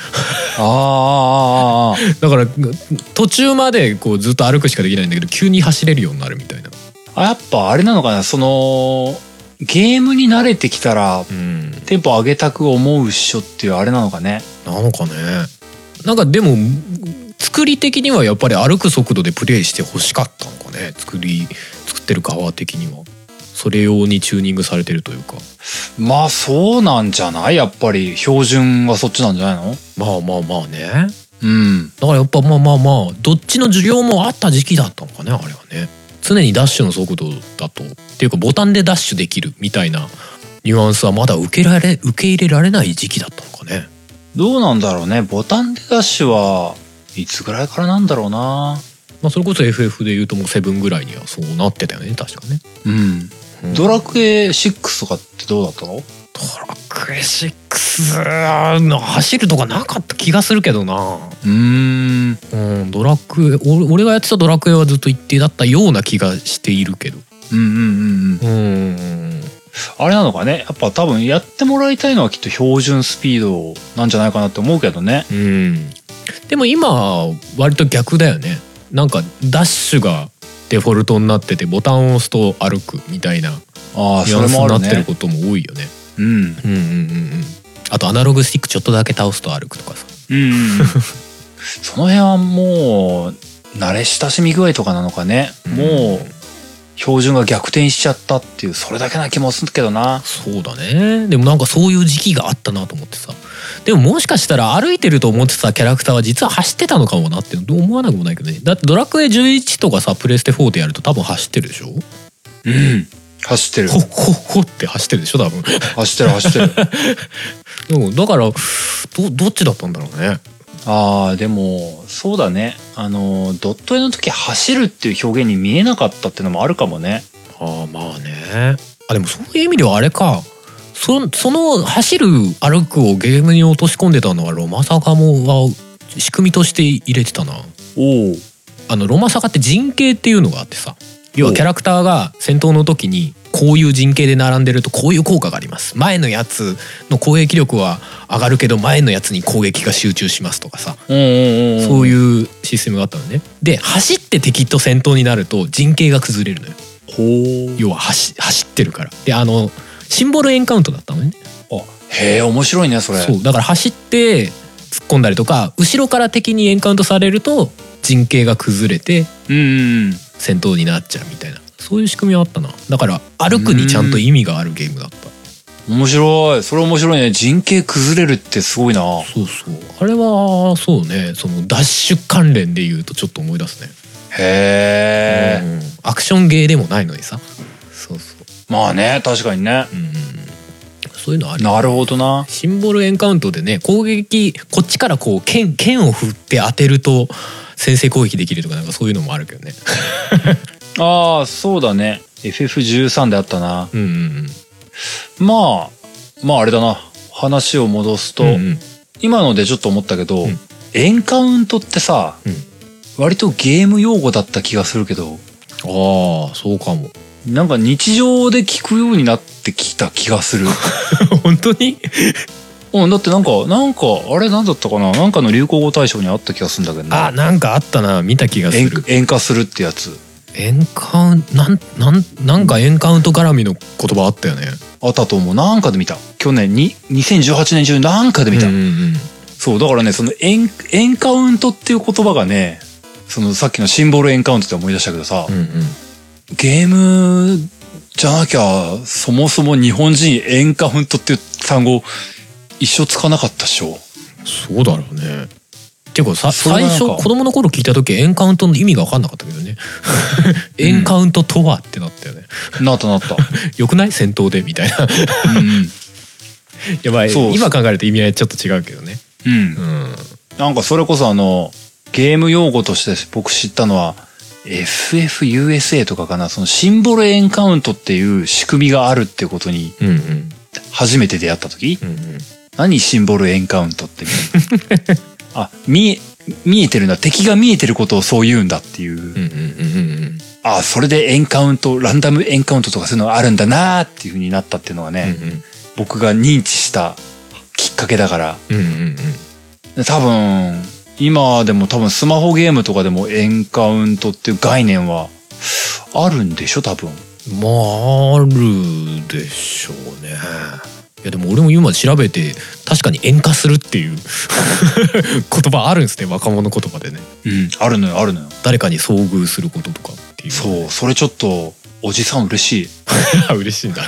S1: あーあーあーあー
S2: だから途中までこうずっと歩くしかできないんだけど急に走れるようになるみたいな
S1: あやっぱあれなのかなそのゲームに慣れてきたら
S2: うん
S1: テンポ上げたく思うっしょっていうあれなのかね
S2: なのかねなんかでも作り的にはやっぱり歩く速度でプレイして欲しかったのかね作り作ってる側的にはそれ用にチューニングされてるというか
S1: まあそうなんじゃないやっぱり標準はそっちなんじゃないの
S2: まあまあまあね
S1: うん
S2: だからやっぱまあまあまあどっちの需要もあった時期だったのかねあれはね常にダッシュの速度だとっていうかボタンでダッシュできるみたいなニュアンスはまだ受けられ受け入れられない時期だったのかね
S1: どうなんだろうねボタン出だしはいつぐらいからなんだろうな
S2: まあ、それこそ FF で言うともう7ぐらいにはそうなってたよね確かね
S1: うん、
S2: うん
S1: ドラクエ6とかってどうだったの
S2: ドラクエ6の走るとかなかった気がするけどな
S1: うーん
S2: うんドラクエ俺俺がやってたドラクエはずっと一定だったような気がしているけど
S1: うんうんうんうん
S2: うん
S1: あれなのかねやっぱ多分やってもらいたいのはきっと標準スピードなんじゃないかなって思うけどね
S2: うんでも今割と逆だよねなんかダッシュがデフォルトになっててボタンを押すと歩くみたいな
S1: ああ
S2: ニュ
S1: そ
S2: ア
S1: れ
S2: ンス
S1: も
S2: にな
S1: ある
S2: ってる
S1: ね
S2: ことも多いよね
S1: うん
S2: うんうんうんうんあとアナログスティックちょっとだけ倒すと歩くとかさ
S1: うんうんうんその辺はもう慣れ親しみ具合とかなのかね、
S2: うん
S1: もう標準が逆転しちゃったっていうそれだけな気もするけどな
S2: そうだねでもなんかそういう時期があったなと思ってさでももしかしたら歩いてると思ってたキャラクターは実は走ってたのかもなって思わなくもないけどねだってドラクエ11とかさプレステ4でやると多分走ってるでしょ
S1: うん走ってる
S2: ほっほっほって走ってるでしょ多分
S1: 走ってる走ってる
S2: うんだからどどっちだったんだろうね
S1: ああでもそうだねあのドット絵の時走るっていう表現に見えなかったっていうのもあるかもね
S2: ああまあねあでもそういう意味ではあれかそその走る歩くをゲームに落とし込んでたのはロマサカもは仕組みとして入れてたな
S1: おお
S2: あのロマサカって陣形っていうのがあってさ要はキャラクターが戦闘の時にこういう陣形で並んでるとこういう効果があります前のやつの攻撃力は上がるけど前のやつに攻撃が集中しますとかさ
S1: うんうんうん
S2: そう
S1: う
S2: いうシステムがあったのねで走って敵と戦闘になると陣形が崩れるのよ
S1: ほ
S2: 要は走走ってるからであのシンボルエンカウントだったのね
S1: うあへえ面白いねそれ
S2: そうだから走って突っ込んだりとか後ろから敵にエンカウントされると陣形が崩れて
S1: うんうんうん
S2: 戦闘になっちゃうみたいなそういう仕組みはあったなだから歩くにちゃんと意味があるゲームだった
S1: 面白いそれ面白いね人形崩れるってすごいな
S2: そうそうあれはそうねそのダッシュ関連で言うとちょっと思い出すね、
S1: へえ、
S2: うんアクションゲーでもないのにさそうそう
S1: まあね確かにね
S2: うんうんうんそういうのある
S1: なるほどな
S2: シンボルエンカウントでね攻撃こっちからこう剣剣を振って当てると先制攻撃できるとかなんかそういうのもあるけどね
S1: ああそうだね FF13 であったな
S2: うんうんうん
S1: まあまああれだな話を戻すと、
S2: うんうん
S1: 今のでちょっと思ったけど、
S2: うん
S1: エンカウントってさ、
S2: うん
S1: 割とゲーム用語だった気がするけど
S2: ああそうかも
S1: なんか日常で聞くようになってきた気がする
S2: [LAUGHS] 本当に
S1: うんだってなんかなんかあれなんだったかななんかの流行語大賞にあった気がするんだけどね
S2: あなんかあったな見た気がす
S1: 円
S2: る
S1: 円化するってやつ
S2: エンカウンなんなんなんかエンカウント絡みの言葉あったよね。
S1: あったと思うなんかで見た去年に2018年中になんかで見た、
S2: うんうんうん
S1: そうだからねそのエンエンカウントっていう言葉がねそのさっきのシンボルエンカウントって思い出したけどさ、
S2: うんうん
S1: ゲームじゃなきゃそもそも日本人エンカウントっていう単語一生つかなかったっしょ
S2: そうだろうね。ていうかさ
S1: それは
S2: 最
S1: なんか
S2: 初子供の頃聞いた時エンカウントの意味が分かんなかったけど [LAUGHS] ね。エンカウントとはってなったよね。
S1: なったな
S2: [LAUGHS]
S1: った
S2: よくない戦闘でみたいな。
S1: うん
S2: やばい
S1: そう
S2: 今考えると意味合いちょっと違うけどね。
S1: うん、う、
S2: うんん。
S1: なんかそれこそあのゲーム用語として僕知ったのは FFUSA とかかなそのシンボルエンカウントっていう仕組みがあるっていうことに
S2: うんうん
S1: 初めて出会った時
S2: うんうん。
S1: 何シンボルエンカウントってみたいなあ見え見えてるんだ敵が見えてることをそう言うんだっていう、
S2: うんうんうんうんうん。
S1: あそれでエンカウントランダムエンカウントとかそういうのあるんだなーっていうふうになったっていうのがね、僕が認知したきっかけだから
S2: うんうんうん
S1: 多分今でも多分スマホゲームとかでもエンカウントっていう概念はあるんでしょ多分
S2: まああるでしょうね。いやでも俺も今調べて確かに演歌するっていう言葉あるんですね若者言葉でね
S1: うんあるのよあるのよ
S2: 誰かに遭遇することとかっていう
S1: そうそれちょっとおじさん
S2: [LAUGHS]
S1: 嬉し
S2: う嬉しいんだ
S1: い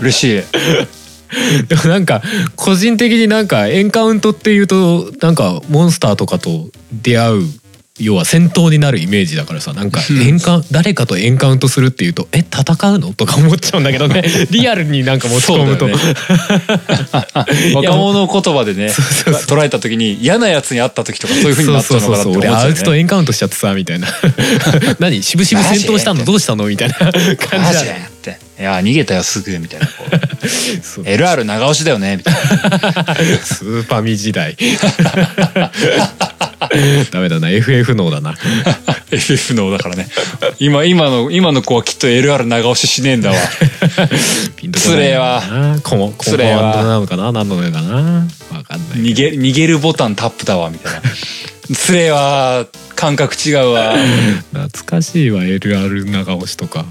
S1: 嬉しい
S2: [LAUGHS] でもなんか個人的になんかエンカウントっていうとなんかモンスターとかと出会う要は戦闘になるイメージだからさなんか
S1: うん
S2: エンカウ誰かとエンカウントするっていうとえ戦うのとか思っちゃうんだけどねリアルになんか持ち込むと
S1: そうだよね若者言葉でね
S2: [LAUGHS] そうそうそ
S1: 捉えた時に嫌なやつに会った時とかそういう風になっちゃうのかなって思っち
S2: 俺
S1: ゃ
S2: あ
S1: う
S2: いつと
S1: よね
S2: エンカウントしちゃってさみたいな何しぶしぶ戦闘した
S1: マ
S2: の
S1: ジ
S2: どうしたのみたいな感じ
S1: 「マジ
S2: だ
S1: って「いや逃げたよすぐ」みたいなこう
S2: そう
S1: LR 長押しだよね」みたい
S2: [LAUGHS]
S1: な
S2: スーパーミ時代 [LAUGHS] ダメだな FF 能だな
S1: FF のだからね今今の今の子はきっと LR 長押ししねえんだわ
S2: ピンとこないな
S1: ス
S2: コモコ
S1: ス
S2: モ
S1: レは
S2: アンドなのかな何のかなわかんない
S1: 逃げ逃げるボタンタップだわみ
S2: [LAUGHS]
S1: たいな「つれえわ感覚違うわ
S2: 懐かしいわ LR 長押しとか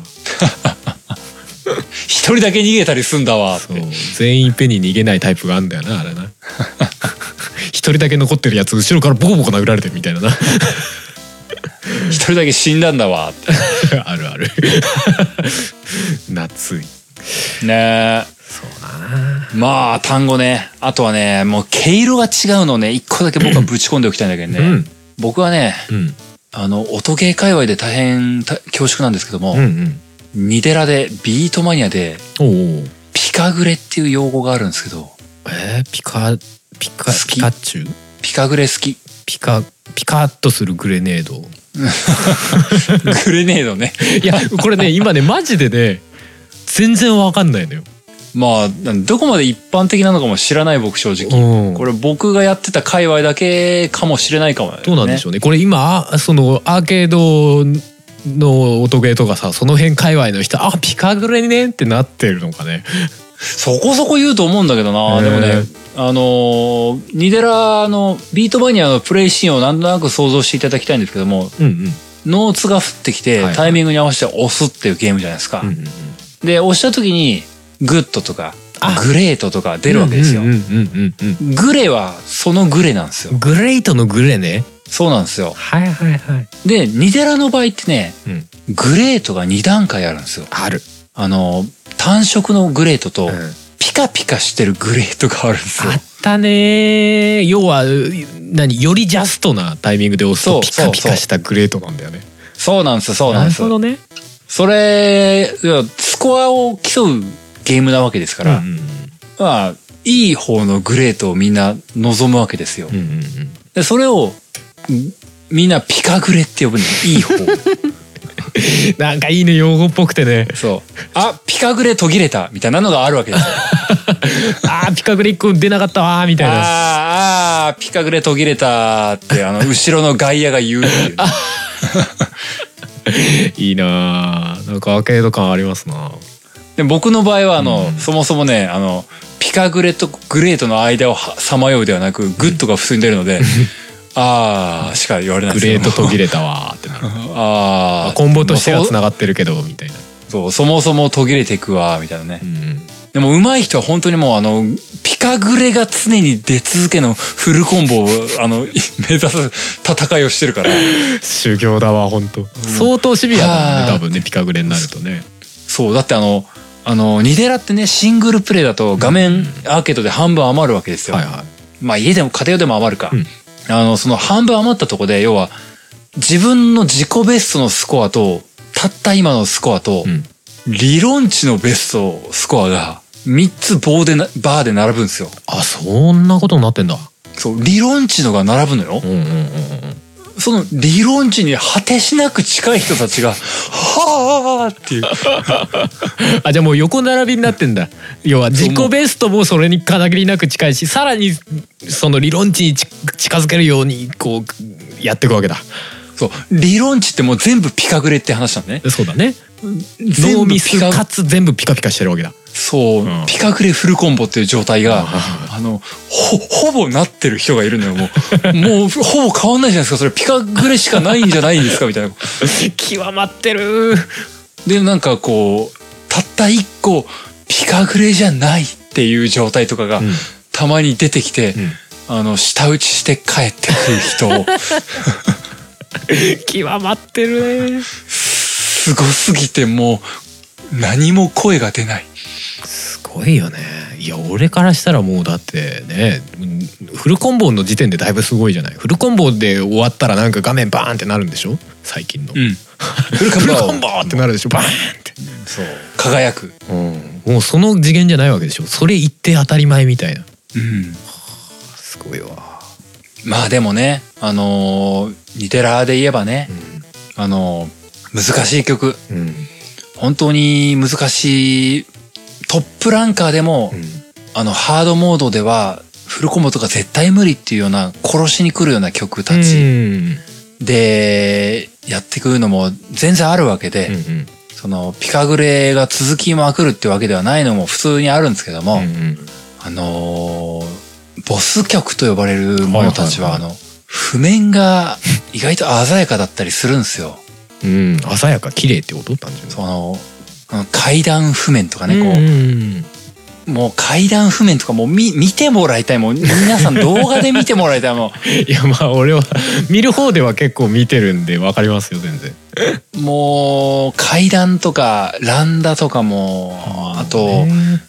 S1: 一人だけ逃げたりすんだわ」って
S2: そう全員いっぺんに逃げないタイプがあるんだよなあれな [LAUGHS] 一人だけ残ってるやつ後ろからボコボコ殴られてるみたいな [LAUGHS] な
S1: 一人だけ死んだんだわって
S2: あるある夏い
S1: ねえ
S2: そうな
S1: まあ単語ねあとはねもう毛色が違うのをね一個だけ僕はぶち込んでおきたいんだけどね、
S2: うん
S1: 僕はね
S2: うん
S1: あの音ゲー界隈で大変た恐縮なんですけども、
S2: うん
S1: ニデラでビートマニアで
S2: うんおお
S1: ピカグレっていう用語があるんですけど
S2: えー、ピカピカ
S1: 好き
S2: ピカチュウ
S1: ピカグレ好
S2: [LAUGHS]
S1: き
S2: ピカピカッとするグレネード
S1: グレネードね
S2: いやこれね今ねマジでね全然わかんないのよ、
S1: まあどこまで一般的なのかも知らない僕正直
S2: うん、
S1: これ僕がやってた界隈だけかもしれないかも、ね、
S2: どうなんでしょうねこれ今あそのアーケードの音ゲーとかさその辺界隈の人あピカグレねってなってるのかね
S1: そこそこ言うと思うんだけどな、
S2: へー
S1: でもねあのーニデラのビートマニアのプレイシーンをなんとなく想像していただきたいんですけども
S2: うんうん
S1: ノーツが降ってき
S2: はい
S1: て
S2: はい
S1: タイミングに合わせて押すっていうゲームじゃないですか、
S2: うんうんうん
S1: で押した時にグッドとか
S2: あ
S1: グレートとか出るわけですよ、
S2: うんうんうんうん
S1: グレはそのグレなんです
S2: う
S1: よ
S2: んグレートのグレね
S1: そうなんですよ
S2: はいはいはい、
S1: でニデラの場合ってね
S2: うん、
S1: グレートが2段階あるんですよ
S2: ある、
S1: あの単色のグレートと
S2: うん
S1: ピカピカしてるグレートがあるんですよ
S2: あったねー要はう何よりジャストなタイミングで押す
S1: そ
S2: と
S1: う
S2: ピカピ
S1: そうそう
S2: カしたグレートなんだよね
S1: そうなんですよそうなんですよ
S2: ね
S1: それ、いやスコアを競うゲームなわけですか
S2: うんう
S1: ら、
S2: ん
S1: まあ、いい方のグレートをみんな望むわけですよ。
S2: うんうん
S1: で、それを、んみんなピカグレって呼ぶの。いい
S2: [LAUGHS]
S1: 方。
S2: うんなんかいいね用語っぽくてね
S1: そう。あ、ピカグレ途切れた、みたいなのがあるわけですよ。
S2: あーピカグレ一個出なかったわーみたいな
S1: あーあー、ピカグレ途切れたって、あの、後ろの外野が言うっていうね、
S2: [LAUGHS] いいなあなんかアーケード感ありますな
S1: で僕の場合は、あの、
S2: うん
S1: そもそもね、あの、ピカグレとグレートの間をさまようではなく、グッドが普通に出るので、あーしか言われないん
S2: グ
S1: です
S2: レ
S1: よ
S2: ート途切れたわーってなる
S1: あ
S2: あ
S1: あ
S2: コンボとしては
S1: そ
S2: つながってるけどみたいな、
S1: そうそもそも途切れていくわみたいなね、
S2: うん、
S1: でも上手い人は本当にもうあのピカグレが常に出続けのフルコンボをあのい目指す戦いをしてるから
S2: 修行だわ本当、相当シビアだもん
S1: は
S2: ね
S1: あ
S2: 多分ねピカグレになるとね
S1: そうだってあのあのニデラってねシングルプレイだと画面アーケードで半分余るわけですよ、
S2: はいはい
S1: まあ家でも家庭でも余るか、
S2: うん
S1: あのその半分余ったとこで要は自分の自己ベストのスコアとたった今のスコアと、
S2: うん
S1: 理論値のベストスコアが3つ棒でなバーで並ぶんですよ
S2: あそんなことになってんだ
S1: そう理論値のが並ぶのよ
S2: うんうんうんうん
S1: その理論値に果てしなく近い人たちが「はあ」っていう
S2: [LAUGHS] あじゃあもう横並びになってんだ要は自己ベストもそれに限りなく近いしさらにその理論値にち近づけるようにこうやっていくわけだ
S1: そう理論値ってもう全部ピカグレって話なのね
S2: そうだねノー
S1: 全部
S2: ミ
S1: ピ
S2: ス
S1: カ
S2: かつ全部ピカピカしてるわけだ
S1: そう、
S2: うん
S1: ピカグレフルコンボっていう状態が、
S2: うん
S1: あのほほぼなってる人がいるのよも
S2: [LAUGHS]
S1: うもうほぼ変わんないじゃないですかそれピカグレしかないんじゃないんですかみたいな
S2: 極まってる
S1: でなんかこうたった一個ピカグレじゃないっていう状態とかが、
S2: うん
S1: たまに出てきて、
S2: ん
S1: あの舌打ちして帰ってくる人
S2: 極まってるね
S1: すごすぎてもう何も声が出ない
S2: すごいよねいや俺からしたらもうだってねうんフルコンボの時点でだいぶすごいじゃないフルコンボで終わったらなんか画面バーンってなるんでしょ最近の、
S1: うんフルコン
S2: フ
S1: ボ
S2: ルコンボってなるでしょバーンって、
S1: そう輝く
S2: うん、もうその次元じゃないわけでしょそれ言って当たり前みたいな
S1: うん
S2: すごいわ、
S1: まあでもねあのーニテラで言えばね
S2: う
S1: あのー難しい曲
S2: んうん
S1: 本当に難しいトップランカーでも、あのハードモードではフルコンボとか絶対無理っていうような殺しに来るような曲たち
S2: うん
S1: でやってくるのも全然あるわけで、
S2: うんうん
S1: そのピカグレが続きまくるってわけではないのも普通にあるんですけども、
S2: うん
S1: あのーボス曲と呼ばれるものたちは,、
S2: はいはい
S1: あの譜面が意外と鮮やかだったりするんですよ。
S2: うん、鮮やか綺麗ってこと単純に
S1: そのあの階段譜面とかね、こう、
S2: うん
S1: もう階段譜面とかもう見見てもらいたいもう皆さん動画で見てもらいたい
S2: [LAUGHS]
S1: も
S2: いやまあ俺は見る方では結構見てるんでわかりますよ全然。
S1: うもう階段とか乱打とかもあと、ん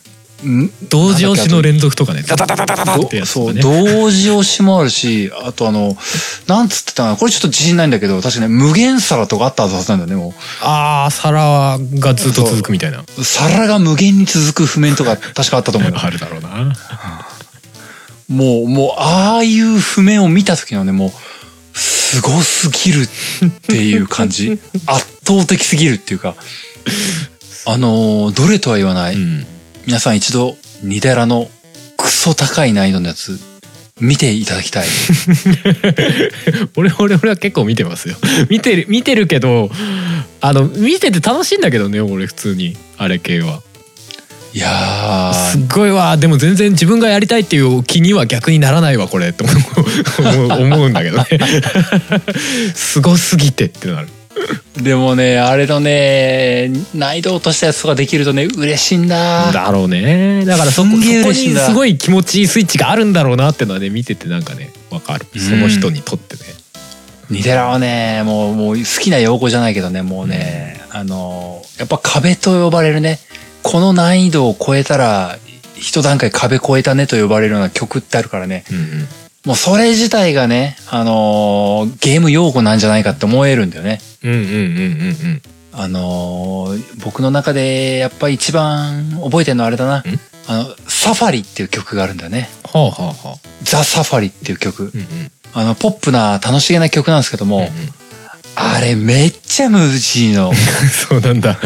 S2: 同時押しの連続とかね。ダダダダダダダ
S1: ど
S2: ってやつ
S1: そ
S2: とか
S1: う
S2: ね。
S1: 同時押しもあるしあとあのなんつってたかなこれちょっと自信ないんだけど確かね無限皿とかあったはずなんだよねも
S2: ああ皿がずっと続くみたいな。
S1: う皿が無限に続く譜面とか確かあったと思うよ
S2: あるだろうな。
S1: もうもうああいう譜面を見た時のねもうすごすぎるっていう感
S2: [LAUGHS]
S1: じ圧倒的すぎるっていうかあのーどれとは言わない、
S2: うん。 [LAUGHS]
S1: 皆さん一度ニデラのクソ高い難易度のやつ見ていただきた
S2: [LAUGHS]
S1: い
S2: 俺俺俺は結構見てますよ。見てる見てるけどあの見てて楽しいんだけどね俺普通にあれ系は。
S1: いや
S2: す
S1: ー
S2: っごいわでも全然自分がやりたいっていう気には逆にならないわこれって思う思う思うんだけ
S1: [LAUGHS]
S2: どねすごすぎてってなる
S1: でもねあれのね難易度落としたやつとかできるとね嬉しいんだ
S2: だろうねだからそこ
S1: すんげえ
S2: そこに
S1: 嬉しいんだ
S2: すごい気持ちいいスイッチがあるんだろうなってのはね見ててなんかねわかる
S1: うん
S2: その人にとってね
S1: ニデラはねもうもう好きな用語じゃないけどねもうね、あのやっぱ壁と呼ばれるねこの難易度を超えたら一段階壁超えたねと呼ばれるような曲ってあるからねもうそれ自体がねあのゲーム用語なんじゃないかって思えるんだよね。
S2: うんうんうんうんうん
S1: あの僕の中でやっぱ一番覚えてるのはあれだなあのサファリっていう曲があるんだよね。
S2: はあはあはあ
S1: ザ・サファリっていう曲
S2: う。んうん
S1: あのポップな楽しげな曲なんですけども、
S2: う
S1: あれめっちゃ無事の。
S2: ん [LAUGHS] そうなんだ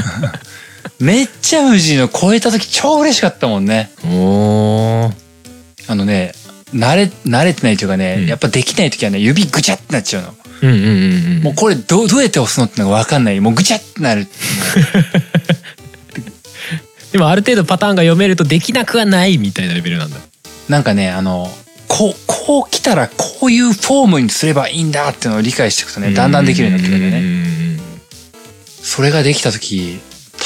S1: めっちゃ無事の超えた時超嬉しかったもんね。
S2: おー
S1: あのね、慣れ、慣れてないというかね、
S2: うん
S1: やっぱできない時はね、指ぐちゃってなっちゃうの。
S2: うんうんうんうん
S1: もうこれどう、どうやって押すのってのがわかんない。もうぐちゃってなる。
S2: でもある程度パターンが読めるとできなくはないみたいなレベルなんだ
S1: なんかね、あの、こう、こう来たらこういうフォームにすればいいんだっていうのを理解していくとね、だんだんできるようになってくるんだよね。
S2: ね
S1: それができた時、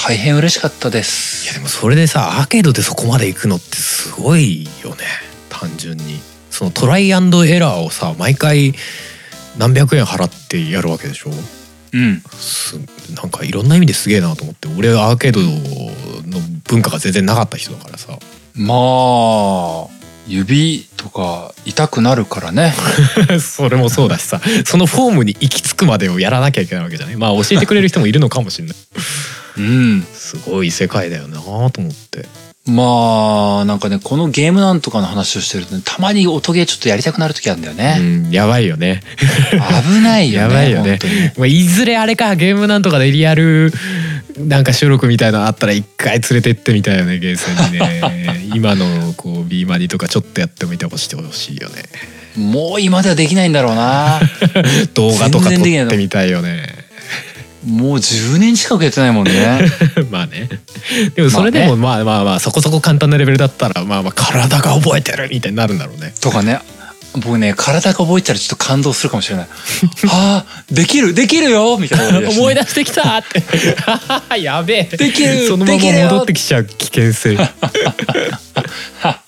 S1: 大変嬉しかったです。
S2: いやでもそれでさアーケードでそこまで行くのってすごいよね単純にそのトライアンドエラーをさ毎回何百円払ってやるわけでしょ
S1: うん。
S2: すなんかいろんな意味ですげえなと思って俺アーケードの文化が全然なかった人だからさ
S1: まあ、指とか痛くなるからね。
S2: [LAUGHS] それもそうだしさそのフォームに行き着くまでをやらなきゃいけないわけじゃないまあ教えてくれる人もいるのかもしれない
S1: うん。
S2: すごい世界だよなと思って
S1: まあ、なんかね、このゲームなんとかの話をしてるとね、たまに音ゲーちょっとやりたくなる時あるんだよ
S2: う
S1: ね。
S2: んやばいよね
S1: 危ないよね。
S2: やばいよね
S1: 本当に。
S2: まあ、いずれあれかゲームなんとかでリアルなんか収録みたいなのあったら一回連れてってみたいよねゲーセンに [LAUGHS] ね今のこうビーマニとかちょっとやってみてほしいほしいよね
S1: もう今ではできないんだろうな。
S2: 動画とか撮
S1: 全然できない
S2: っ
S1: の
S2: てみたいよね
S1: もう10年近くやってないもんね。
S2: [LAUGHS] [LAUGHS] まあねでもそれでもまあまあまあそこそこ簡単なレベルだったらまあまあ体が覚えてるみたいになるんだろうね
S1: とかね。僕ね、体が覚えてたらちょっと感動するかもしれない。ああ、できる、できるよみたいなこと言い出して
S2: [LAUGHS] 思い出してきたって [LAUGHS] やべえ
S1: できる
S2: そのま
S1: できる
S2: ま
S1: よ
S2: 戻ってきちゃう危険 [LAUGHS] 性いいなあ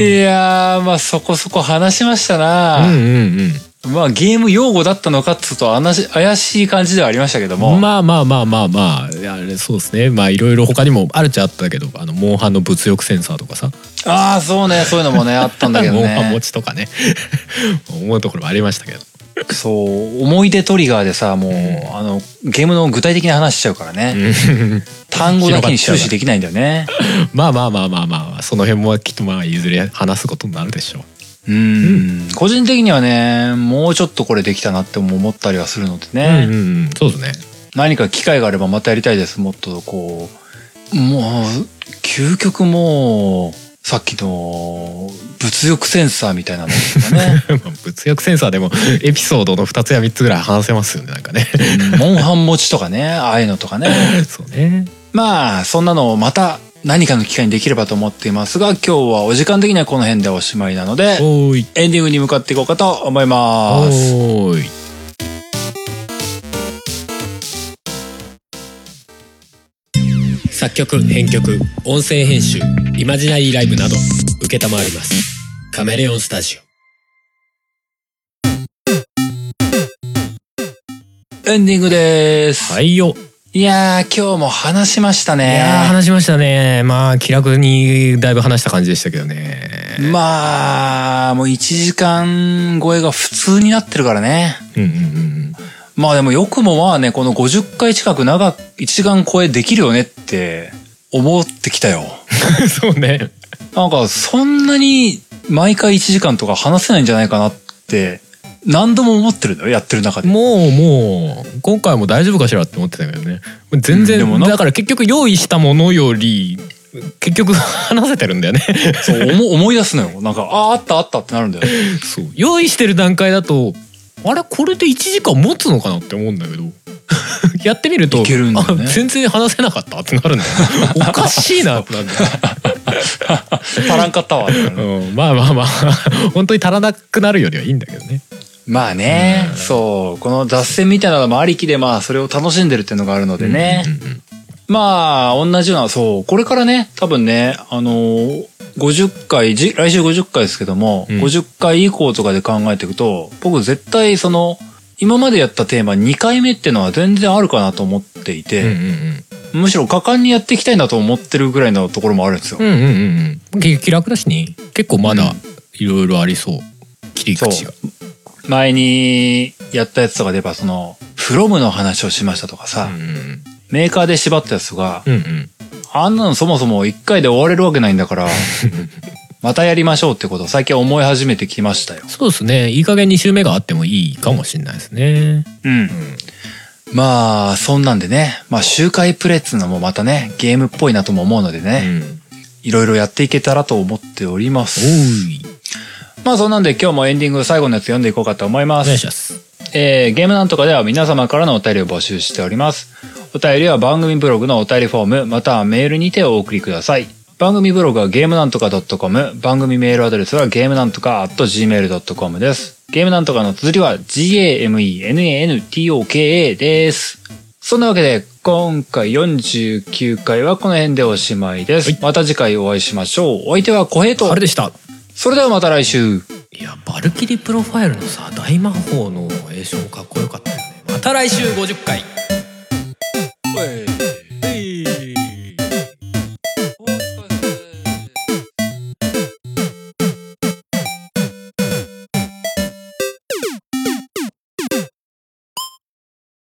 S1: いやー、まあそこそこ話しました
S2: うん
S1: な。
S2: うんうん。
S1: まあゲーム用語だったのかっつうとあなし怪しい感じではありましたけども、
S2: まあまあまあまあまあいやあれそうですねまあいろいろ他にもあるっちゃあったけどあのモンハンの物欲センサーとかさ、
S1: ああそうねそういうのもねあったんだけど
S2: モン [LAUGHS] ハ
S1: ね
S2: ン持ちとかね思うところもありましたけど
S1: そう思い出トリガーでさもう、あのゲームの具体的な話しちゃうからね、単語だけに終始できないんだよね
S2: [LAUGHS] まあまあまあまあまあその辺もきっとまあいずれ話すことになるでしょう
S1: うん、個人的にはねもうちょっとこれできたなって思ったりはするのでね、
S2: うんうんうん、そうですね。 [LAUGHS]
S1: 何か機会があればまたやりたいですもっとこうもう究極もうさっきの物欲センサーみたいなのですか
S2: [LAUGHS]
S1: ね
S2: まあ物欲センサーでもエピソードの2つや3つぐらい話せますよねなんかね。 [LAUGHS]
S1: うんモンハン持ちとかねああいうのとかね
S2: そうね。
S1: まあそんなのをまた何かの機会にできればと思っていますが今日はお時間的にはこの辺でおしまいなので
S2: おーい。
S1: エンディングに向かっていこうかと思います。
S2: おーい。作曲編曲音声編集イマジナリーライブなど承りますカメレオンスタジオ
S1: エンディングです。
S2: はいよ
S1: いやー今日も話しました
S2: い
S1: ね。
S2: やー話しましたねまあ気楽にだいぶ話した感じでしたけどね
S1: まあ、もう1時間超えが普通になってるからね。
S2: うんうんうん
S1: まあでもよくもまあね、この50回近く長く、1時間超えできるよねって思ってきたよ。
S2: うん [LAUGHS] そうね
S1: なんかそんなに毎回1時間とか話せないんじゃないかなって何度も思ってるのよ、やってる中で。
S2: もうもう今回も大丈夫かしらって思ってたけどね
S1: う
S2: 全
S1: んで
S2: 然、
S1: もな
S2: だから結局用意したものより結局話せてるんだよね
S1: そう思思い出すのよ。なんか、ああ、あったあったってなるんだよ。
S2: そう用意してる段階だとあれこれで1時間持つのかなって思うんだけど [LAUGHS] やってみる
S1: い
S2: と
S1: けるんだよね
S2: あ全然話せなかったってなるん
S1: [LAUGHS]
S2: だよねおかしいなってなるんだよね
S1: 足らんかったわってなる。
S2: うん、まあまあ [LAUGHS] まあ本当に足らなくなるよりはいいんだけどね
S1: まあね、そう、この雑線みたいなのもありきで、まあそれを楽しんでるっていうのがあるのでね。
S2: うんうん
S1: まあ、同じような、そう、これからね、多分ね、あのー、50回、じ来週50回ですけども、
S2: うん
S1: 50回以降とかで考えていくと、僕絶対その、今までやったテーマ2回目ってのは全然あるかなと思ってい
S2: うん
S1: て、むしろ果敢にやっていきたいなと思ってるぐらいのところもあるんですよ。
S2: うんうんうんうんうんうん気気楽だしね結構まだいろいろありそう切り口が
S1: 前にやったやつとかでやっぱその、フロムの話をしましたとかさ、
S2: うんうん
S1: メーカーで縛ったやつとか、
S2: うんうん
S1: あんなのそもそも1回で終われるわけないんだ
S2: [LAUGHS]
S1: から、またやりましょうってことを最近思い始めてきましたよ。
S2: そうですねいい加減2週目があってもいいかもしれないですね
S1: うん。まあ、そんなんでね、まあ、周回プレイっつうのもまたね、ゲームっぽいなとも思うので
S2: う
S1: ね、
S2: ん
S1: いろいろやっていけたらと思っておりま
S2: お
S1: す。
S2: ーい
S1: まあ、そんなんで今日もエンディング最後のやつ読んでいこうかと思いま
S2: お
S1: す
S2: 願い。します
S1: えーゲームなんとかでは皆様からのお便りを募集しております。お便りは番組ブログのお便りフォーム、またはメールにてお送りください。番組ブログはゲームなんとか .com、番組メールアドレスはゲームなんとか .gmail.com です。ゲームなんとかの綴りは g-a-m-e-n-a-n-t-o-k-a です。そんなわけで、今回49回はこの辺でおしまいです。また次回お会いしましょう。お相手は小平と
S2: あれ、でした
S1: それではまた来週。
S2: いやバルキリープロファイルのさ大魔法の映像かっこよかったよねまた来週50回